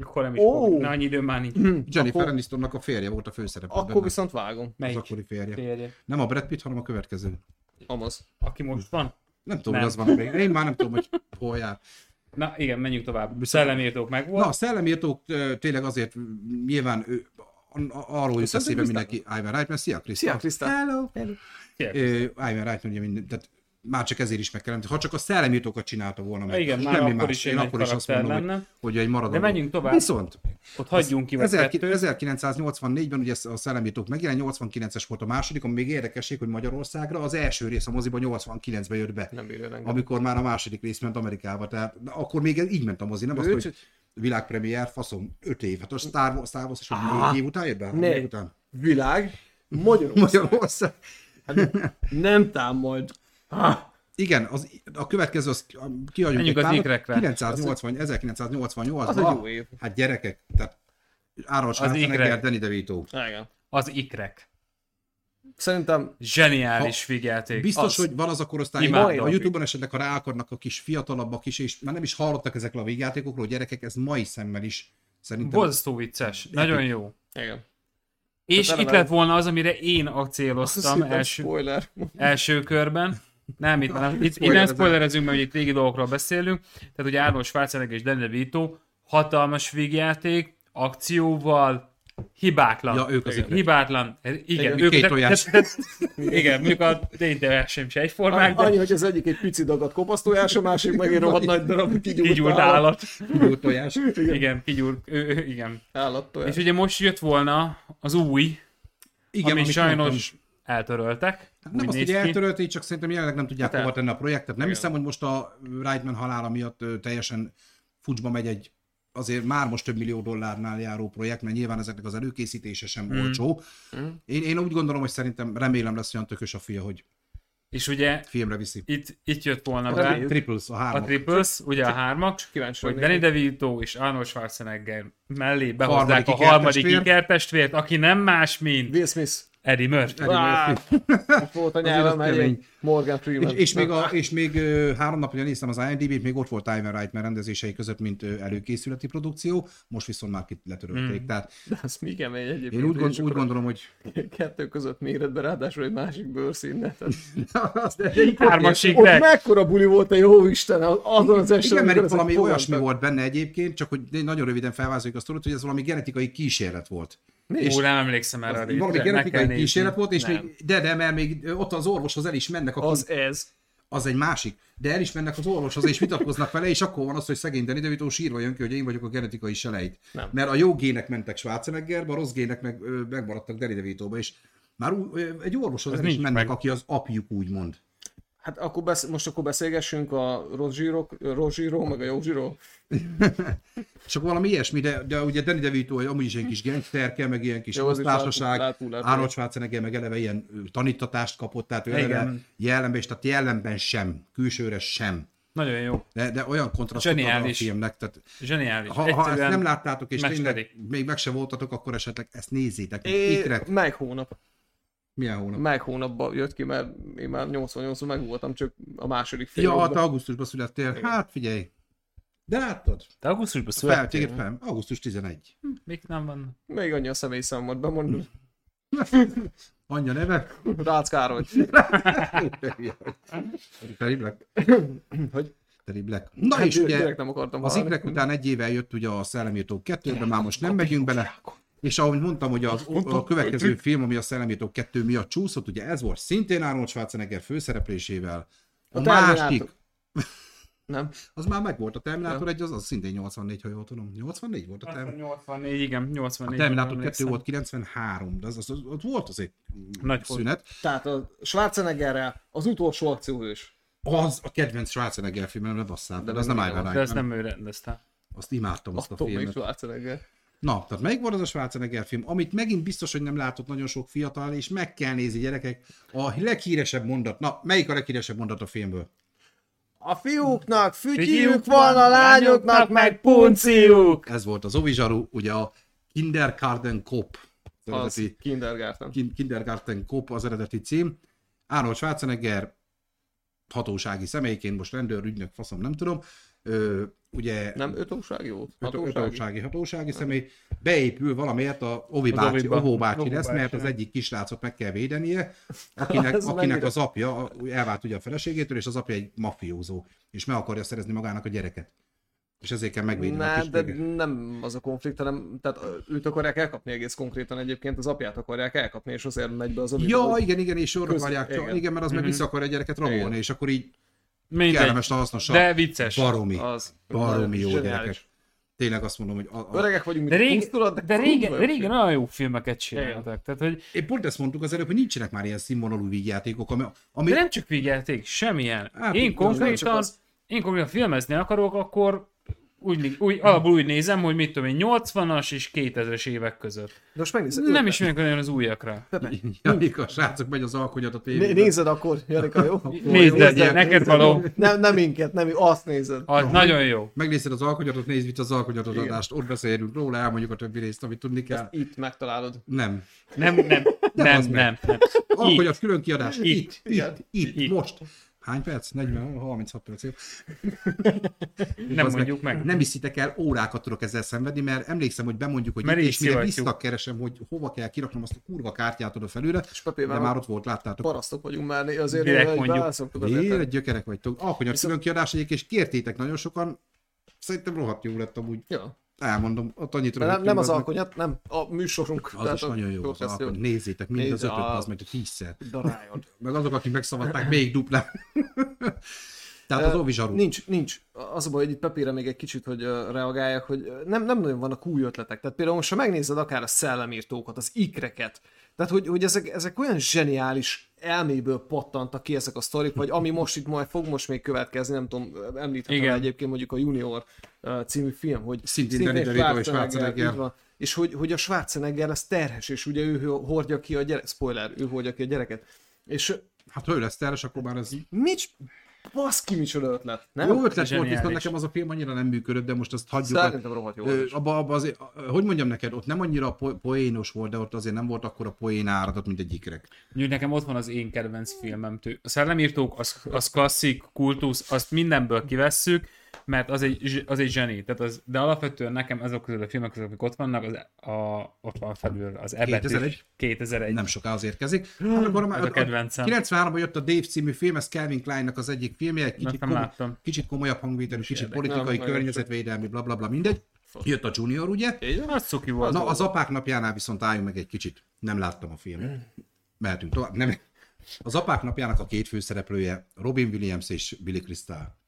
Akkor nem is
Ó!
oh. Na, annyi időm már nincs.
Jennifer
Akkor-
Anistonnak a férje volt a főszereplő.
Akkor
benne.
viszont vágom.
az
Melyik
akkori férje.
férje?
Nem a Brad Pitt, hanem a következő.
Amaz.
Aki most van?
Nem tudom, hogy
Nem.
az van még. Én már nem tudom, hogy hol jár.
Na igen, menjünk tovább. Szellemírtók meg
Na,
volt.
a szellemírtók ö, tényleg azért mm, nyilván ő, a- a- arról jut
Köszönöm,
eszébe
Krisztán.
mindenki Ivan Reitman. Szia, Krisztán!
Szia, Krisztán.
Hello!
Szia,
Ö, Ivan Reitman ugye minden, tehát már csak ezért is megkerem. Ha csak a szellemírtókat csinálta volna meg.
Igen,
és
már
semmi
akkor
más.
is egy
Én
nagy
akkor is azt
karakter
mondom, hogy,
lenne.
hogy egy maradandó.
De menjünk tovább.
Viszont
Ott hagyjunk ki, vagy
19-
kettőt.
1984-ben ugye a szellemítók megjelent, 89-es volt a második, ami még érdekesség, hogy Magyarországra az első rész a moziba 89-ben jött be.
Nem bírja engem.
amikor már a második rész ment Amerikába, tehát de akkor még így ment a mozi, nem azt,
Ő
hogy
csak-
világpremiér, faszom, 5 év, hát a Star Wars, Star Wars és hogy négy év után jött be? Három
Ne.
év után?
Világ. Magyarul.
Magyarország.
Hát nem támad. Ha!
Igen, az, a következő, az a- kihagyunk
Menjünk
egy
az
párat,
ikrekre.
980, 1988
Az egy jó év.
Hát gyerekek, tehát Árol Schwarzenegger,
ikrek.
Danny DeVito.
Á, Igen.
Az ikrek.
Szerintem
Zseniális figyelték.
Biztos,
Az.
hogy van az a korosztály,
Imádom.
a Youtube-on esetleg, ha rá akarnak a kis fiatalabbak is, és már nem is hallottak ezekről a végjátékokról, gyerekek, ez mai szemmel is szerintem.
Borzasztó vicces. Nagyon jó.
Igen.
És
Tehát
itt
eleve-
lett volna az, amire én acéloztam
Szerintem
első,
Spoiler.
első körben. Nem, itt, nem, itt, itt nem spoilerezünk, mert ugye itt régi dolgokról beszélünk. Tehát ugye Arnold Schwarzenegger és Danny DeVito hatalmas végjáték, akcióval, hibátlan.
Ja, ők az
igen.
ikrek.
Hibátlan. Igen,
mint
ők,
két
tehát-
tojás.
tehát- tehát- igen, mondjuk a tényleg sem se egyformák, de
Annyi, hogy az egyik egy pici dagat kopasztójás, a másik meg egy rohadt nagy darab
kigyúrt
kigyúrt állat.
állat.
Jó tojás.
Igen, kigyúrt, ö, ö, igen. És
Állattojás.
ugye most jött volna az új, Igen, amit
amit
sajnos
mondtam.
eltöröltek.
Nem azt, hogy eltörölték, csak szerintem jelenleg nem tudják
Hát
hova
el-
tenni a projektet. Nem
igen.
hiszem, hogy most a Reitman halála miatt ö, teljesen fucsba megy egy azért már most több millió dollárnál járó projekt, mert nyilván ezeknek az előkészítése sem
Mm.
olcsó. Én, én úgy gondolom, hogy szerintem remélem lesz olyan tökös a fia, hogy
És ugye
filmre viszi.
itt, itt jött volna
A
be
tri-
Triples, a
a
három.
triples, ugye a hármak,
Kíváncsi
hogy
vagyok.
Danny DeVito és Arnold Schwarzenegger mellé behozzák a
Harmadik
harmadik
ikertestvért.
ikertestvért, aki nem más, mint
Will Smith.
Eddie Murphy.
Eddie
Á, ott volt a nyelven,
az kemény.
megy Morgan Freeman.
És, és, még, a, és még ö, három napja néztem az IMDb-t, még ott volt Ivan Reitman rendezései között, mint ö, előkészületi produkció, most viszont már kit
Hmm.
letörölték. Mm. Tehát
Ez mi kemény egyébként.
én úgy,
és
gond,
akkor
úgy gondolom, hogy
Kettő között méretben, ráadásul egy másik bőrszínnel. Tehát
azt
Hármas
Ott
ikrek.
mekkora buli volt a jó Isten azon az esetben.
Igen, mert itt valami olyasmi volt benne egyébként, csak hogy nagyon röviden felvázoljuk a sztorit, hogy ez valami genetikai kísérlet volt.
Ó, nem emlékszem erre. a részre,
valami
meg kell
genetikai
nézni.
kísérlet volt, és
Nem.
még, de, de, mert még ö, ott az orvoshoz el is mennek, akkor az,
Az ez.
az egy másik. De el is mennek az orvoshoz, és vitatkoznak vele, és akkor van az, hogy szegény Danny DeVito sírva jön ki, hogy én vagyok a genetikai selejt.
Nem.
Mert a jó gének mentek Schwarzeneggerbe, a rossz gének meg, ö, megmaradtak Danny deVito-ba, és már ú- ö, egy orvoshoz el is
nincs
mennek,
meg.
aki az apjuk úgymond.
Hát akkor besz- most akkor beszélgessünk a rozsírok, rozsíró, meg a jó zsíró.
Csak valami ilyesmi, de, de ugye Danny DeVito egy- amúgy is egy kis gangsterke, meg ilyen kis
Jó, az is
társaság,
látul- látul- látul.
Arnold Schwarzenegger meg eleve ilyen ö, tanítatást kapott, tehát ő eleve
Igen.
jellemben, és tehát jellemben sem, külsőre sem.
Nagyon jó.
De, de olyan kontrasztot ad a
Zseniális.
filmnek, tehát
Zseniális.
ha, ha ezt
Egyszerűen
nem láttátok, és tényleg
mesteri.
még meg se voltatok, akkor esetleg ezt nézzétek.
É,
Ikrek,
Melyik hónap?
milyen hónap?
Melyik hónapban jött ki, mert én már 88 ban meg voltam, csak a második fél
Ja,
évben.
hát augusztusban születtél. Hát figyelj. De láttad?
Te augusztusban
Fel,
születtél?
téged fel. Augusztus 11.
Még nem van.
Még annyi a személyszámot bemondom.
Anyja neve?
Rácz Károly.
Terry Black.
Hogy?
Terry Black. Na
Hát,
és
direkt-
ugye
direkt nem akartam
az
hallani.
ikrek után egy évvel jött ugye a Szellemírtók 2 már most nem megyünk bele. És ahogy mondtam, hogy az, a következő film, ami a Szellemírtók 2 miatt csúszott, ugye ez volt szintén Arnold Schwarzenegger főszereplésével. A,
A Terminátor.
másik,
Nem?
az már megvolt, a Terminátor egy, az, az szintén 84, ha jól tudom. 84 volt a Terminátor.
84, igen, 84.
A Terminátor 2
Hát, emlékszem.
volt 93, de az, az, az, ott volt azért
Nagy
Nagy
volt.
szünet.
Tehát a Schwarzeneggerrel az utolsó akcióhős.
Az a kedvenc Schwarzenegger filmem, ne basszál, de az nem Ivan
De ezt
Reitman.
nem ő rendezte.
Azt imádtam azt a
Attól még
filmet.
Schwarzenegger.
Na, tehát melyik volt az a Schwarzenegger film, amit megint biztos, hogy nem látott nagyon sok fiatal, és meg kell nézni gyerekek. A leghíresebb mondat. Na, melyik a leghíresebb mondat a filmből?
A fiúknak
Figyük van, a lányoknak meg punciuk!
Ez volt az Ovizsaru, ugye a Kindergarten Cop. Az
Az
eredeti,
kindergarten.
kin- Kindergarten Cop az eredeti cím. Arnold Schwarzenegger hatósági személyként, most rendőr, ügynök, faszom, nem tudom, ö, ugye
Nem ötósági volt? Hatósági?
hatósági, hatósági személy, beépül valamiért a Ovi bácsi,
Oviba.
Ovó bácsi
Ovó
lesz,
bácsi,
mert az
nem?
egyik kisrácot meg kell védenie, akinek,
Ez
akinek
mennyire-
az apja a- elvált ugye a feleségétől, és az apja egy mafiózó, és meg akarja szerezni magának a gyereket. És ezért kell megvédeni a
Ne, de
kisgyereket.
nem az a konflikt, hanem tehát ö, őt akarják elkapni egész konkrétan egyébként, az apját akarják elkapni, és azért megy be az oviba,
Ja,
hogy-
igen, igen, és sorra
Köz-
várják, igen.
igen. Mhm.
igen, mert az meg vissza akarja a gyereket rabolni,
Igen.
és akkor így
Mindegy.
kellemes a hasznos
De
a
vicces.
baromi,
az.
baromi jó
Zseniális.
gyerekek. Tényleg azt mondom, hogy a, a,
Öregek vagyunk,
De,
mint
rég,
pusztulat,
de régen,
kurva jó
régen
film.
olyan jó filmeket csináltak. Tehát, hogy
Én pont ezt mondtuk az előbb, hogy nincsenek már ilyen színvonalú vígjátékok, ami, ami
de nem csak végjáték, semmilyen.
Hát,
én,
nem,
nem csak
konkrétan,
az.
én konkrétan filmezni akarok, akkor úgy, lé- úgy, alapból úgy nézem, hogy mit tudom én, 80-as és 2000-es évek között.
De most megnézed.
Nem ismerek olyan az újakra.
Hát, Janik, a srácok megy az alkonyat a
Né-
tévében.
Nézed akkor, Jarika, jó?
Nézd,
Jó,
de
nézed,
neked
nézed.
való.
Nem, nem minket, nem, azt nézed.
Az nagyon jó.
Megnézed az alkonyatot, nézd itt az alkonyatot
Igen.
adást, ott beszélünk róla, elmondjuk a többi részt, amit tudni kell.
Itt megtalálod.
Nem.
Nem, nem,
az
nem,
meg.
nem, nem.
Alkonyat külön kiadás. Itt, itt,
Igen.
itt, itt,
Itt.
most. Hány perc? 40, 36 perc. jó.
Nem
Az
mondjuk meg.
Nem hiszitek el, órákat tudok ezzel szenvedni, mert emlékszem, hogy bemondjuk, hogy
Mert
itt,
így
és mire
szivattyú.
visszakeresem, hogy hova kell kiraknom azt a kurva kártyát oda felülre, de
Papírban
már ott volt, láttátok.
parasztok vagyunk már, né- azért
Direkt
néha így
mondjuk.
beleszoktuk azért.
Miért
tehát-
gyökerek vagytok? Alkonyat külön kiadás egyébként, és kértétek nagyon sokan, szerintem rohadt jó lett amúgy.
Ja.
Elmondom, ott annyit
De
tudom,
nem,
hogy
nem az
különböznek.
alkonyat, nem, a műsorunk.
Az is
a-
nagyon jó, az
lesz,
alkony. Nézzétek, mind az
Nézd,
ötöt,
a-
az meg a tízszer.
Daráljon.
Meg azok, akik megszavazták, még duplán. Tehát Hát az
Ö,
Ovi zsaru.
Nincs, nincs. Az a baj, hogy itt Pepére még egy kicsit, hogy ö, reagáljak, hogy ö, nem, nem nagyon vannak új ötletek. Tehát például most, ha megnézed akár a szellemírtókat, az ikreket, tehát hogy, hogy ezek, ezek olyan zseniális elméből pattantak ki ezek a sztorik, vagy ami most itt majd fog most még következni, nem tudom, ö, említhetem
Igen.
el egyébként mondjuk a Junior ö, című film, hogy
Szintén Danny DeVito és Schwarzenegger.
így van. és hogy, hogy a Schwarzenegger lesz terhes, és ugye ő hordja ki a gyerek, spoiler, ő hordja ki a gyereket. És
Hát ha ő lesz teres, akkor már ez
mit, baszki micsoda ötlet, nem?
jó ötlet volt,
zseniális.
viszont nekem az a film annyira nem működött, de most ezt hagyjuk.
Szerintem rohadt jó.
Ö, abba, abba azért, ö, hogy mondjam neked, ott nem annyira po- poénos volt, de ott azért nem volt akkor a poén áradat, mint egy ikrek.
Mondjuk nekem ott van az én kedvenc filmem. tő- A szellemírtók, az, az klasszik, kultusz, azt mindenből kivesszük, mert az egy, zs- az egy zseni. Tehát az, de alapvetően nekem azok közül a filmek közül, amik ott vannak, az, e- a, ott van felül az ebet
2001?
2001.
Nem soká az érkezik. Hát akkor már,
az a kedvencem.
93 ban jött a Dave című film, ez Calvin Kleinnak az egyik filmje, egy kicsit,
Azt nem
komoly,
láttam.
kicsit komolyabb hangvételű, kicsit politikai,
Nem,
környezetvédelmi, blablabla, bla, bla, mindegy. Jött a Junior, ugye?
Az cuki volt.
Na, az apák napjánál viszont álljunk meg egy kicsit. Nem láttam a filmet. Mehetünk tovább. Nem. Az apák napjának a két főszereplője Robin Williams és Billy Crystal.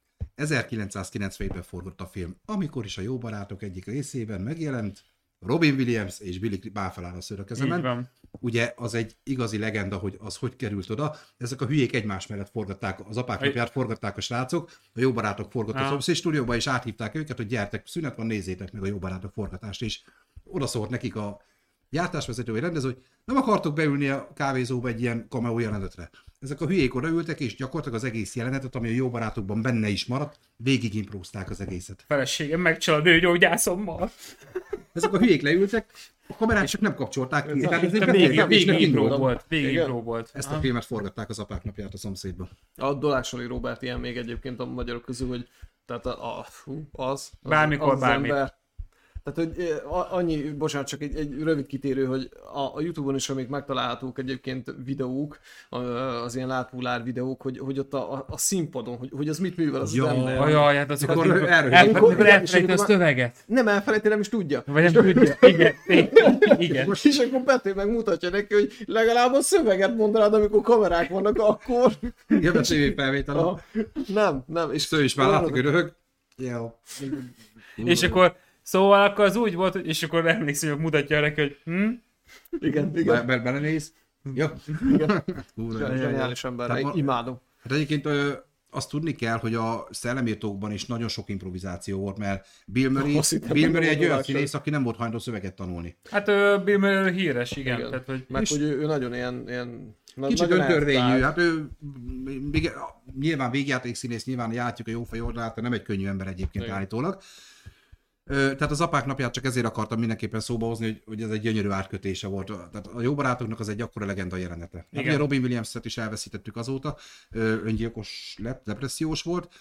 1997-ben forgott a film, amikor is a jó barátok egyik részében megjelent Robin Williams és Billy Báfelán a szőr a
Így
kezemen.
van.
Ugye az egy igazi legenda, hogy az hogy került oda. Ezek a hülyék egymás mellett forgatták, az apák
Aj.
napját forgatták a srácok, a jó barátok forgatták a
Á.
szomszéd stúdióba, és áthívták őket, hogy gyertek, szünet van, nézzétek meg a jó barátok forgatást, és oda szólt nekik a jártásvezető, vagy rendező, hogy nem akartok beülni a kávézóba egy ilyen cameo jelenetre. Ezek a hülyék odaültek, és gyakorlatilag az egész jelenetet, ami a jó barátokban benne is maradt, végig improzták az egészet.
Feleségem megcsal a nőgyógyászommal.
Ezek a hülyék leültek, a kamerát csak nem kapcsolták ki. Tehát ez egy
Végig,
beteg-
végig
és
impro
indult.
volt. Végig
Igen.
impro volt.
Ezt a filmet forgatták az apák napját a szomszédban.
A Dolásoli Robert ilyen még egyébként a magyarok közül, hogy tehát a, a fú, az, az,
Bármikor
az, az
bármit.
ember. Tehát, hogy ö, a- annyi, bocsánat, csak egy, egy rövid kitérő, hogy a, a Youtube-on is, amik megtalálhatók egyébként videók, ö, az ilyen látvulár videók, hogy, hogy ott a, a, a színpadon, hogy, hogy az mit művel az
Jaj.
ember.
Ajaj, hát azok
Mikor
az impro-
elröhögött.
el-
Mikor-
mikor elfelejti a
mikor-
szöveget.
Nem elfelejti, nem is tudja.
Vagy nem tudja. Igen. Igen.
Most is akkor Pető megmutatja neki, hogy legalább a szöveget mondanád, amikor kamerák vannak, akkor
Igen, a TV felvétel.
Aha. Nem, nem. És
Sző is már látok, hogy röhög. Jó.
És akkor, szóval akkor az úgy volt, hogy- és akkor emlékszem, hogy mutatja neki, hogy hm?
Igen,
Be-
igen.
be- Belenéz. Jó.
igen.
Hú, nagyon jó.
Zseniális ember,
Tehát ma-
én imádom.
Hát egyébként ö, azt tudni kell, hogy a szellemírtókban is nagyon sok improvizáció volt, mert Bill Murray,
Azt hittem,
Bill
nem
Murray egy olyan
gondolás,
színész, aki nem volt hajlandó szöveget tanulni.
Hát ő, Bill Murray híres, igen. igen.
Igen.
Tehát, hogy
Meg
És-
hogy ő, ő nagyon ilyen... ilyen na-
Kicsit
nagyon
öntörvényű,
elszállt.
hát ő még, hát nyilván végjáték színész, nyilván játjuk a jófej oldalát, de nem egy könnyű ember egyébként
Igen.
állítólag. Ö, Tehát az apák napját csak ezért akartam mindenképpen szóba hozni, hogy, hogy ez egy gyönyörű átkötése volt. Tehát a jó barátoknak az egy akkora legenda jelenete. Hát
Igen.
ugye Robin Williams-et is elveszítettük azóta, Ö, öngyilkos lett, depressziós volt.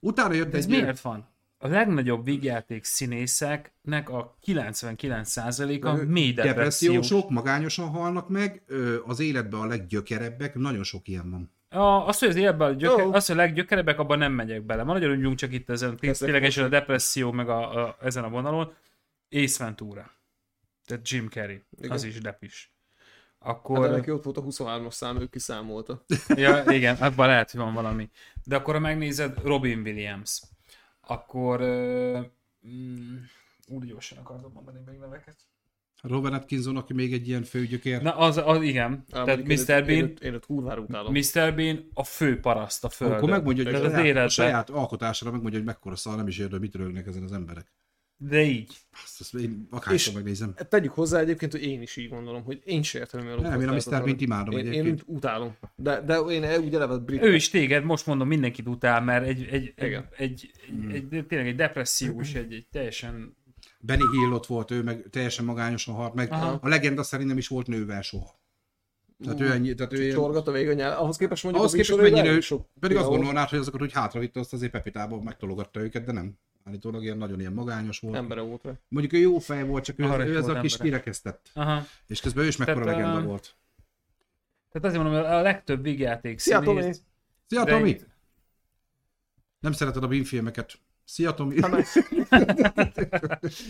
Utána jött
Ez
egy...
miért van? A legnagyobb vígjáték színészeknek a 99%-a mély depressziós.
Depressziósok, magányosan halnak meg, ö, az életben a leggyökerebbek, nagyon sok ilyen van.
A, az, hogy az életben a, gyöke,
Jó.
az, hogy a leggyökerebbek, abban nem megyek bele. Ma nagyon ügyünk csak itt ezen,
Persze,
ténylegesen a depresszió, meg a, a, ezen a vonalon. Ace Ventura. Tehát Jim Carrey. Igen.
Igen.
Az is depis.
Hát
Akkor...
de neki ott volt a 23-as szám, ő kiszámolta.
Ja, igen, abban lehet, hogy van valami. De akkor, ha megnézed Robin Williams, akkor... Uh, mm, úgy gyorsan akartam mondani még neveket.
Robert Atkinson, aki még egy ilyen főügyökér.
Na, az, az igen.
Á,
Tehát
mondjuk én
Mr.
őt- Én,
Bean,
őt- én, őt kurvára utálom.
Mr. Bean a fő paraszt a földön.
Akkor megmondja, hogy
Ez
a
az
saját, a
életben.
saját alkotásra megmondja, hogy mekkora szar, nem is érdem, mit rögnek ezen az emberek.
De így.
Azt, azt én akárhol
És-
megnézem.
Hát Tegyük hozzá egyébként, hogy én is így gondolom, hogy én se értem, hogy
Nem, én a Mr. Bean-t imádom
én, én
egyébként.
őt utálom. De, de én úgy eleve brit.
Ő is téged, most mondom, mindenkit utál, mert egy, egy, egy,
Igen.
egy,
Hmm.
egy, egy tényleg egy depressziós, egy, egy teljesen...
Benny Hill ott volt, ő meg teljesen magányosan halt meg.
Aha.
A legenda szerint nem is volt nővel soha. Tehát ő ennyi, tehát ő ilyen,
Csorgat a végén nyár. Ahhoz képest mondjuk
ahhoz
a
képest
műsor,
mennyire ő,
elég sok
pedig azt
videó.
gondolnád, hogy azokat úgy hátravitte, azt azért Pepitában megtologatta őket, de nem. Állítólag ilyen nagyon ilyen magányos volt.
Embere volt rá.
Mondjuk ő jó fej volt, csak ő,
Aranyos
ő ez a
volt
kis
embere.
kirekesztett.
Aha.
És közben ő is mekkora
Tehát,
legenda
um,
volt.
Tehát azért mondom, hogy a legtöbb vígjáték
Szia, Tomi!
színész...
Szia,
de
Tomi!
itt-
Nem szereted a bínfilmeket. Szia, Tomi!
Hát,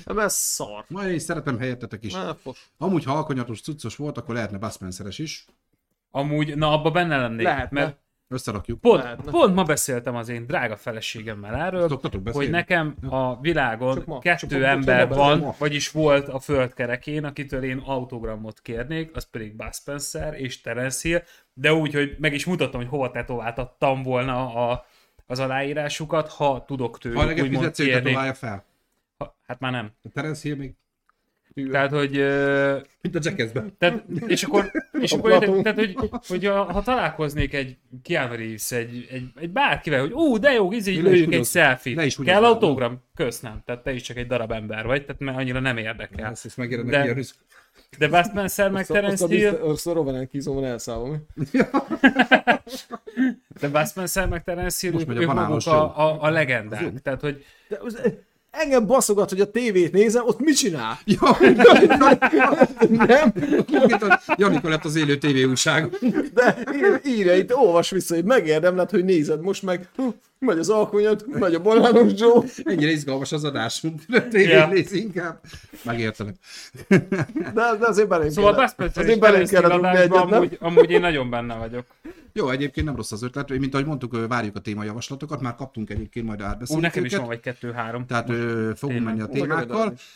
Hát, mert szar. Hát,
Majd én szeretem helyettetek is.
Na, fos.
Amúgy, ha alkonyatos cuccos volt, akkor lehetne Bassmanceres is.
Amúgy, na abba benne lennék.
Lehetne.
Mert
Összerakjuk.
pont,
Lehetne.
pont ma beszéltem az én drága feleségemmel erről,
Szoktatok
hogy
beszélni?
nekem a világon
Csak ma.
kettő
Csak ma-
ember
csak ma
van,
beszélünk ma.
vagyis volt a földkerekén, akitől én autogramot kérnék, az pedig Bud Spencer és Terence Hill, de úgy, hogy meg is mutatom, hogy hova tetováltattam volna a, az aláírásukat, ha tudok
Ha
tőlük,
neked
úgymond
fizetsz, őket
kérni.
találja fel.
Ha- Hát már nem.
A Terence Hill még,
Tehát, hogy ö,
mint a Jackassben.
tehát, és akkor, és
A
akkor
Platon.
tehát, hogy, hogy a, ha találkoznék egy Keanu Reeves, egy, egy, egy bárkivel, hogy ú, de jó, izé,
Ne
így
is
lőjünk
húgyozz.
egy selfie.
Ne is húgyozz
Kell
rá.
autogram? Kösz, nem. Tehát te is csak egy darab ember vagy, tehát mert annyira nem érdekel.
Ezt, ezt megjelennek
De-
ilyen rüszk.
De Bud Spencer meg Terence Hill,
Azt a Rovan kizomban elszállom.
de Bud Spencer meg Terence Hill,
Most
ők
megy a
ők maguk
banános
a, a, a legendák. Tehát, hogy
De az- engem baszogat, hogy a tévét nézem, ott mit csinál?
Ja, de-
Nem?
mint a Janika lett az élő tévéújság.
De ír- írja itt, olvas vissza, hogy megérdemled, hogy nézed most meg. Hú, Megy az alkonyat, megy a banános Joe.
Ennyire izgalmas az adásunk. A tévét
Ja.
néz inkább. Megértelek.
De, de azért belém
Szóval
kell-
Bud Spencer és
azért belém
Terence
kell
Hill
rúgni egyet,
adásban
nem?
amúgy, amúgy én nagyon benne vagyok.
Jó, egyébként nem rossz az ötlet. Mint ahogy mondtuk, ö, várjuk a témajavaslatokat. Már kaptunk egyébként majd
Ú,
Szóval
átbeszélni.
nekem is van vagy kettő-három.
Tehát ö, fogunk
tényleg.
menni a
Ó, nagyon
témákkal.
érdekes.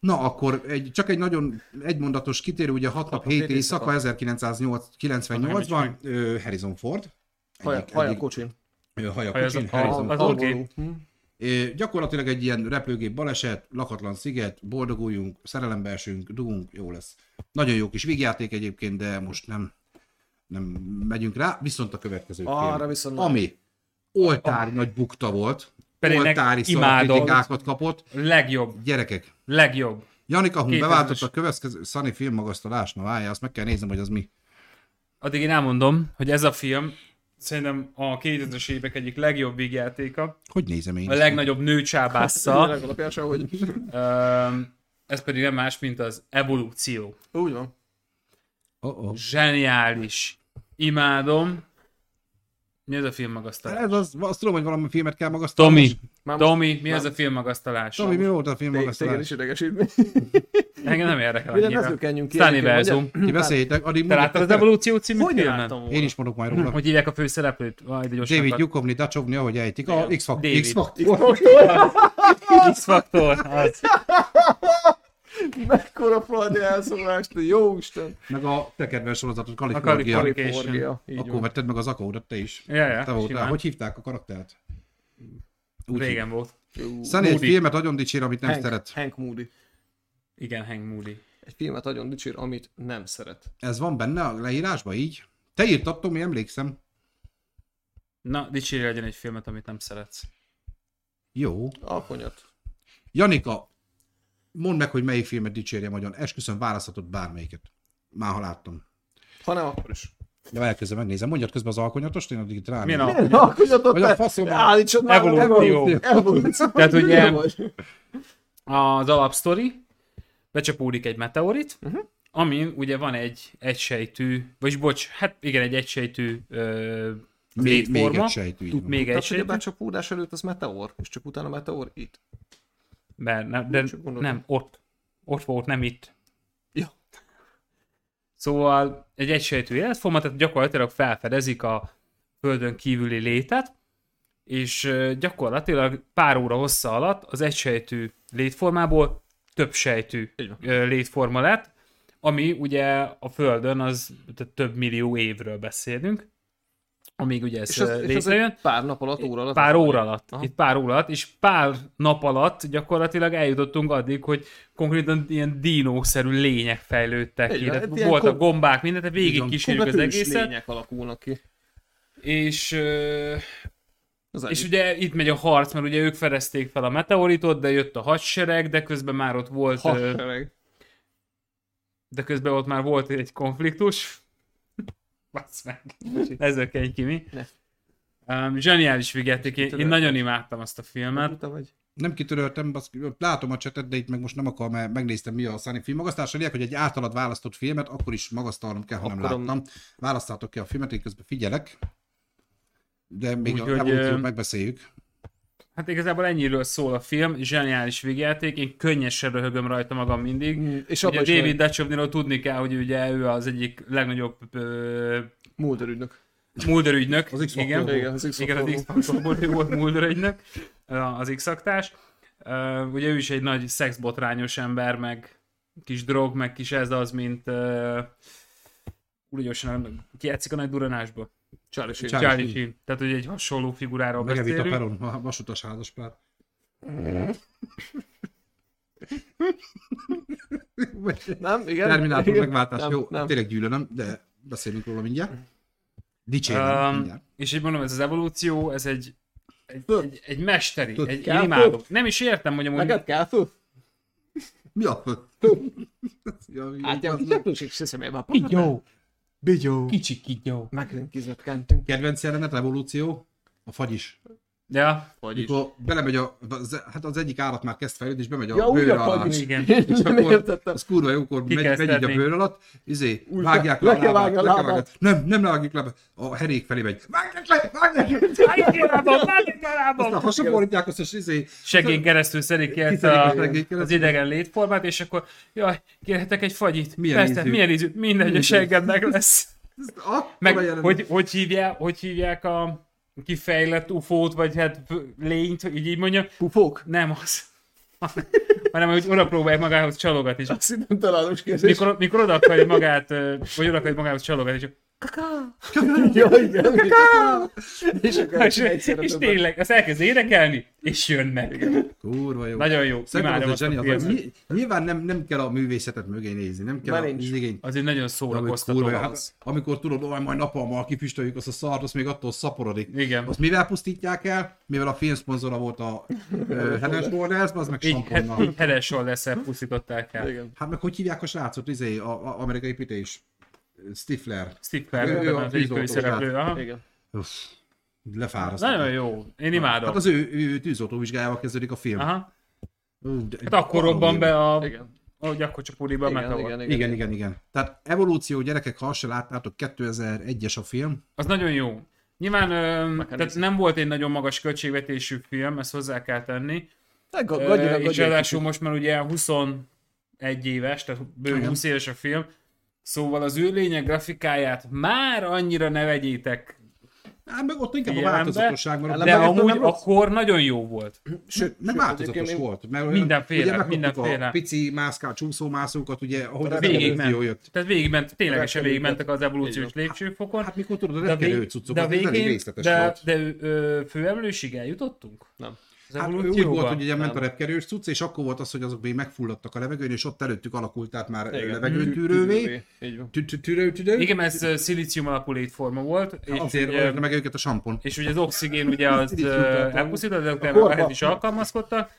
Na akkor egy, csak egy nagyon egymondatos kitérő, ugye 6 nap 7
hét éjszaka.
éjszaka 1998-ban ö, Harrison Ford.
Haja, haja kocsin.
ö, hajakocsin,
Hajazott-
Harrison
Az
Ford.
oké.
Alvonó. Hm.
Ö, Gyakorlatilag egy ilyen repülőgép baleset, lakatlan sziget, boldoguljunk, szerelembe esünk, dugunk, jó lesz. Nagyon jó kis vígjáték egyébként, de most nem, nem megyünk rá. Viszont a következő
Arra
film,
viszont nem.
ami oltári nagy bukta volt,
Pedig ennek
oltári
imádom.
szarkritikákat kapott.
Legjobb,
Gyerekek,
legjobb.
Janika Hun
2000-es.
beváltott a következő Sunny filmmagasztalás, na várjál, azt meg kell néznem, hogy az mi.
addig én elmondom, hogy ez a film szerintem a 2000-es évek egyik legjobb vígjátéka,
Hogy nézem én?
a legnagyobb nőcsábásza,
Ennek alapján sem, hogy
öm, ez pedig nem más, mint az evolúció.
úgy van.
Oh, oh.
Zseniális. Imádom. Mi ez a filmmagasztalás?
Ez az, azt tudom, hogy valami filmet kell magasztalni.
Tomi,
Már most-
Tomi, mi ez a filmmagasztalás?
Tomi, mi volt a
Tég- Téged is
filmmagasztalás?
idegesít.
Engem nem érdekel
Ugye
annyira.
mezőkenjünk ki.
Stanley
egyébként,
Verzum.
ugye?
Ti beszéljétek, addig
Te
mondjuk-
láttad az evolúció című
Hogy
filmet?
láttam
Én
volna?
is mondok majd róla.
Hm, Hogy hívják a főszereplőt? Vaj, de gyorsan
David
akar- david
Gyukovni, Dacsovni, ahogy ejtik. A
Igen.
X-Factor.
David.
X-Factor.
X-Factor. az.
Mekkora fradi elszólást, jó Isten.
Meg a te kedves sorozatod,
A
Kalifornia.
California.
Kalifornia. Így
Akkor
van.
vetted meg az akódat, te is.
Ja, ja,
Te voltál.
simán.
Hogy hívták a karaktert?
Régen volt.
Sunny egy
Moody.
filmet nagyon dicsér, amit nem
Hank,
szeret.
Hank Moody.
Igen, Hank Moody.
Egy filmet nagyon dicsér, amit nem szeret.
Ez van benne a leírásban így? Te írtad, Tomi, emlékszem.
Na, dicsérj legyen egy filmet, amit nem szeretsz.
Jó.
Alkonyat.
Janika, mondd meg, hogy melyik filmet dicsérje nagyon. Esküszöm, választhatod bármelyiket. Már ha láttam.
Ha nem, akkor is.
Ja, elkezdem, megnézem. Mondjad közben az alkonyatost, én addig itt rám.
Milyen
a...
a...
Na, kutatod,
Vagy a faszom a-
állítsad már.
Evolúció.
Evolúció.
Tehát ugye-
Hülye vagy.
az alapsztori, becsapódik egy meteorit, uh-huh. amin ugye van egy egysejtű, vagyis bocs, hát igen, egy egysejtű ö,
Még, még
létforma.
egy sejtű. így van.
Még egy
Tehát, hogy a
sejtű,
becsapódás előtt az meteor, és csak utána meteor itt.
mert nem, de
Csak gondoltam.
nem, ott. Ott volt, nem itt.
Ja.
Szóval egy egysejtű életforma, tehát gyakorlatilag felfedezik a földön kívüli létet, és ö, gyakorlatilag pár óra hossza alatt az egysejtű létformából több sejtű
Így van.
ö, létforma lett, ami ugye a Földön az tehát több millió évről beszélünk, amíg ugye ez
És az,
ö,
és az
létrejön.
egy pár nap alatt, óra alatt.
Pár óra alatt.
Aha.
Itt pár óra alatt, és pár nap alatt gyakorlatilag eljutottunk addig, hogy konkrétan ilyen dinószerű lények fejlődtek
Egy-
ki. Tehát
ilyen kom-
voltak gombák, mindent, tehát végig
Igen,
kísérjük az
Konkrét
egészet.
lények alakulnak ki.
És, ö,
Az
és
egyik.
ugye itt megy a harc, mert ugye ők fedezték fel a meteoritot, de jött a hadsereg, de közben már ott volt, ö,
Hadsereg.
de közben ott már volt egy konfliktus. Basz meg. Ez a kimi.
Ne.
Um, zseniális vigyáték, én, én
Tudod.
nagyon imádtam azt a filmet.
Buta vagy?
Nem kitöröltem, baszki, látom a csetet, de itt meg most nem akar, mert megnéztem, mi a Sunny film magasztás. A lényeg, hogy egy általad választott filmet, akkor is magasztalnom kell, ha nem
Akarom.
láttam. Választátok ki a filmet, én közben figyelek. De még
Úgyhogy,
a evolúciót
ö,
megbeszéljük.
Hát igazából ennyiről szól a film, zseniális vigyáték, én könnyesen röhögöm rajta magam mindig.
Mm, És
Ugye
abban is
David
van
Duchovnyról tudni kell, hogy ugye ő az egyik legnagyobb ö,
Mulder ügynök.
Mulder ügynök.
Az X-faktor
igen,
volt.
Igen, az X-faktor
igen, az
volt.
X-faktorból ő volt Mulder ügynök, az X-aktás. Ö, Ugye ő is egy nagy szexbotrányos ember, meg kis drog, meg kis ez az, mint ö, úgy gyorsan, ki játszik a nagy duranásba?
Charlie Sheen.
Charlie
Charlie
Sheen.
Sheen. Tehát, hogy egy hasonló figuráról
Megevít a
beszélünk.
peron, a vasutas házaspár.
Nem, igen.
Terminátor
igen.
megváltás,
Nem,
jó,
Nem.
tényleg gyűlölöm, de beszélünk róla mindjárt. Dicsérem,
Öm,
mindjárt.
És így mondom, ez az evolúció, ez egy, egy,
Tudod-
egy, egy mesteri,
tudod,
egy, én
kell-
imádom. Nem is értem, hogy amúgy
Neked kell föl?
Mi a föld? Ja, mi
Hát,
az-
ja, nem tudsz, hogy személyben.
Kigyó.
Bigyó.
kicsi kigyó.
Megrenkizott kentünk.
Kedvenc jelenet, revolúció, a fagyis.
Ja,
Vagyis.
Mikor belemegy a, az, hát az egyik állat már kezd fejlődni, és bemegy a
Ja, úgy
bőr
a
alá.
fagyis.
igen.
És
Nem
akkor
értettem.
az kurva jókor
Ki
megy,
kell
megy így a
szedni.
bőr alatt, izé,
Úgy
vágják
le-
le,
le kell
a lábát,
vágni a
le kell
lábát.
vágni- Nem, nem vágjuk le, a herék felé megy. Vágják le, vágják le. Aztán
Kigyó.
hasonlítják azt, és izé,
Segén keresztül szedik ki ezt
Kiszedik a
a,
seggén keresztül.
az idegen létformát, és akkor, jaj, kérhetek egy fagyit?
Milyen
Persze,
ízű?
milyen ízű? Mindegy, a
Mindegy.
seggemnek lesz.
akkora
Meg
jelenet.
hogy, hogy, hívják, hogy hívják a kifejlett ufót, vagy hát lényt, így, így mondja,
Pufók?
Nem az. Hanem, hogy oda próbálják magához csalogatni. És
Azt hittem találós kérdés.
mikor, mikor oda akarja magát, ö, vagy oda akarja magához csalogatni, és,
Ja, igen. És akkor
és,
egyszerre
és,
többet.
tényleg, azt elkezd énekelni, és jön meg.
Kurva jó.
Nagyon jó,
Szerintem
imádom
az
azt
a
a
zseni, az,
filmet.
mi, nyilván nem, nem kell a művészetet mögé nézni, nem kell
Már
a
nincs.
igény.
Azért nagyon
Amikor,
szórakoztató
kurva, jó.
az.
hát, amikor tudod, olyan majd napalmal kifüstöljük azt a szart, azt még attól szaporodik.
Igen.
Azt mivel pusztítják el? Mivel a film szponzora volt a ö, Henes Borders, az meg
Így, hát, he,
samponnal.
így heresol leszel, pusztították el.
Igen.
Hát meg hogy hívják a srácot, izé, a, a amerikai pite is? Stifler.
Stifler,
Ő- ő
ebben
a
az egyik
tűzoltó
főszereplő. aha.
hát, Igen.
Uff, lefárasztott.
Nagyon jó, én imádom.
Hát az ő, ő tűzoltó vizsgájával kezdődik a film.
Aha.
Ú, de-
Hát akkor robban be a,
Igen.
ahogy akkor csapódik be a
Igen,
meteor.
igen, igen.
Igen, igen, igen. Tehát evolúció gyerekek, ha azt se láttátok, 2001-es a film.
Az nagyon jó. Nyilván ö,
Meg kell
tehát
nézni.
nem volt egy nagyon magas költségvetésű film, ezt hozzá kell tenni.
Hát, ga-
Ö,
gadjira, gadjira
és ráadásul most már ugye 21 éves, tehát bő
Igen.
20 éves a film, szóval az ő lényeg grafikáját már annyira ne vegyétek,
Hát meg ott inkább
Figyelembe,
a változatosság maradt.
de
Hát Nem, nem
amúgy
rossz.
akkor nagyon jó volt.
Sőt, nem
sőt,
változatos
egyébként én-
volt. Mert olyan-
Mindenféle,
ugye megkaptuk
mindenféle.
A pici mászká, csúszómászókat, ugye, ahogy az
Végigment.
evolúció jött.
Tehát végigment,
Repkedőket.
ténylegesen végigmentek az evolúciós
Így
lépcsőfokon.
Hát mikor tudod, a
De, a
repkedő
vég, de,
cuccokat,
a
ez elég
végén,
részletes
de,
volt.
de ö, főemlősig eljutottunk?
Nem.
Az
Hát ő
evolúcióba?
úgy volt, hogy ugye ment a
Nem.
repkerős cucc, és akkor volt az, hogy azok még megfulladtak a levegőn, és ott előttük alakult át már
Igen.
levegőtűrővé.
Így van.
Tü- tü- Tűrőtüdő.
Igen, mert ez ö, szilícium alapú létforma volt, és
Azért
ugye-
ölte meg őket a sampon.
és ugye az oxigén ugye az
Szilícium tartalmú.
elpusztított, de
korba.
utána a is alkalmazkodtak,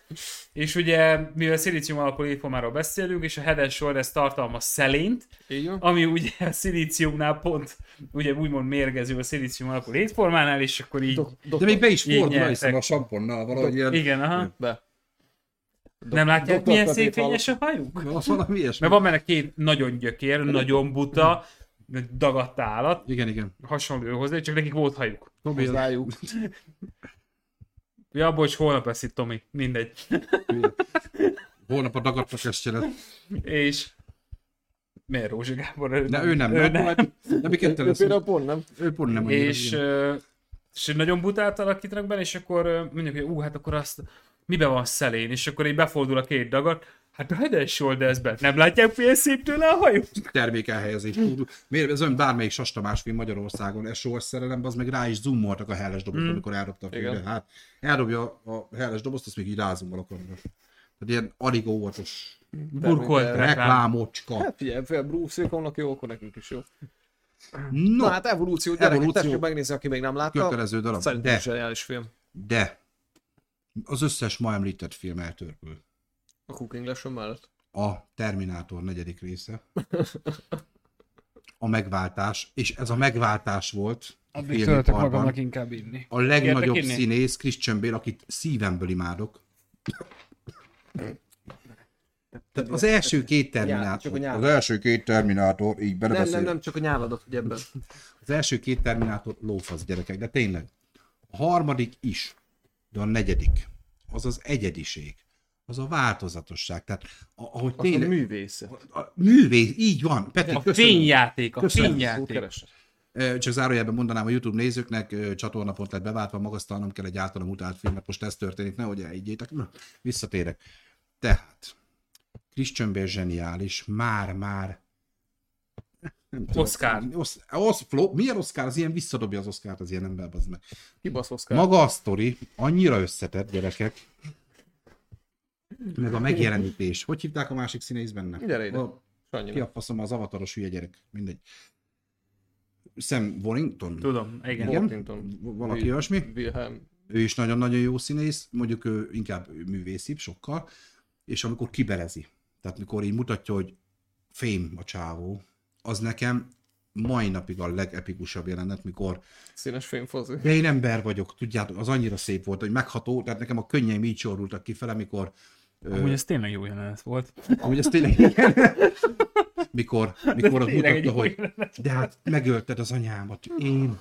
és ugye mivel szilícium alapú létformáról beszélünk, és a hedes sor ez tartalmaz szelént,
Így van.
ami ugye a szilíciumnál pont ugye úgymond mérgező a szilícium alapú létformánál, és akkor így...
Dok-
De
doktor,
még be is
Így
fordul,
nyertek.
hiszem a samponnal valahogy ilyen.
Igen, aha.
be.
Nem látják,
Dr.
milyen
Petét
szép fényes a hajuk?
Az valami ilyesmi.
Mert van benne két nagyon gyökér, nagyon buta, dagadt állat,
Igen, igen.
hasonló hozzá, csak nekik volt hajuk.
Tobi, az-
Hozzájuk.
Ja, bocs, holnap lesz itt Tomi, mindegy.
holnap a dagadtak estjelet.
És... Miért Rózsa Gábor?
De ő nem.
Ő
Ő
nem.
nem. De mi ketten
Ő
leszünk.
például pont nem.
Ő pont nem annyira,
és,
igen.
ö, és nagyon butát alakítanak benne, és akkor ö, mondjuk, hogy ú, hát akkor azt mibe van szelén, és akkor így befordul a két dagat, hát a hedes shouldersben. Nem látják, milyen szép tőle a hajú?
termék elhelyezés.
Hm.
Úr, Miért ez olyan bármelyik sastamás film Magyarországon, SOS szerelemben, az meg rá is zoomoltak a helles dobozt, mm. amikor eldobta a filmre.
Hm. Igen.
Hát eldobja a helles dobozt, azt még így rázumol a kamera. Tehát ilyen alig óvatos
Burkolt reklám.
reklámocska.
Hát figyelj, fel Bruce Wilkonnak jó, akkor nekünk is jó.
No,
Na hát evolúció, gyerekek,
Evolúció.
evolúció. tessék megnézni, aki még nem látta.
kötelező darab.
Szerintem
De,
zseniális film.
de az összes ma említett film eltörpül.
A Cooking Lesson mellett.
A Terminátor negyedik része. A megváltás, és ez a megváltás volt a
Addig töltök
filmiparban.
magamnak inkább inni.
A legnagyobb
Értek inni?
színész Christian Bale, akit szívemből imádok. Tehát az első két
Já, csak
terminátor.
a nyár.
az első két terminátor, így
Nem, nem,
belebeszélek.
nem, csak a nyáladat, ugye ebben.
Az első két terminátor lófasz gyerekek, de tényleg. A harmadik is, de a negyedik. Az az egyediség. Az a változatosság. Tehát a- ahogy
A
tényleg...
művészet.
a, a művész, így van. Peti,
A
köszönöm.
fényjáték, a
Köszönöm.
Szót
fényjáték.
keresed.
Ö, Csak zárójelben mondanám a YouTube nézőknek, ö, csatornapont lett beváltva, magasztalnom kell egy általam utált filmet, most ez történik, nehogy elhiggyétek. Na, Visszatérek. Tehát, Christian Bale zseniális, már-már. Nem tudom.
Oscar.
Osz, osz, flop, milyen Oscar? Az ilyen visszadobja az Oscárt az ilyen ember, az meg.
Kibasz Oscar.
Maga a sztori annyira összetett, gyerekek. Meg a megjelenítés. Hogy hívták a másik színész benne?
Gyere ide.
A-
Sanyi.
Ki a faszom az avataros hülye gyerek? Mindegy. Sam Warrington?
Tudom, igen.
Igen.
Warrington.
V- Valaki
Ő-
olyasmi.
Wilhelm.
Ő is nagyon-nagyon jó színész, mondjuk ő inkább művészibb sokkal, és amikor kiberezi, tehát mikor így mutatja, hogy fém a csávó, az nekem mai napig a legepikusabb jelenet, mikor
Színes fényfozó.
de én ember vagyok, tudjátok, az annyira szép volt, hogy megható, tehát nekem a könnyeim így sorultak kifele, mikor
Amúgy ez tényleg jó jelenet volt.
Amúgy ez tényleg igen. Mikor, mikor az
tényleg egy
mutatta, hogy de hát megölted az anyámat. Én,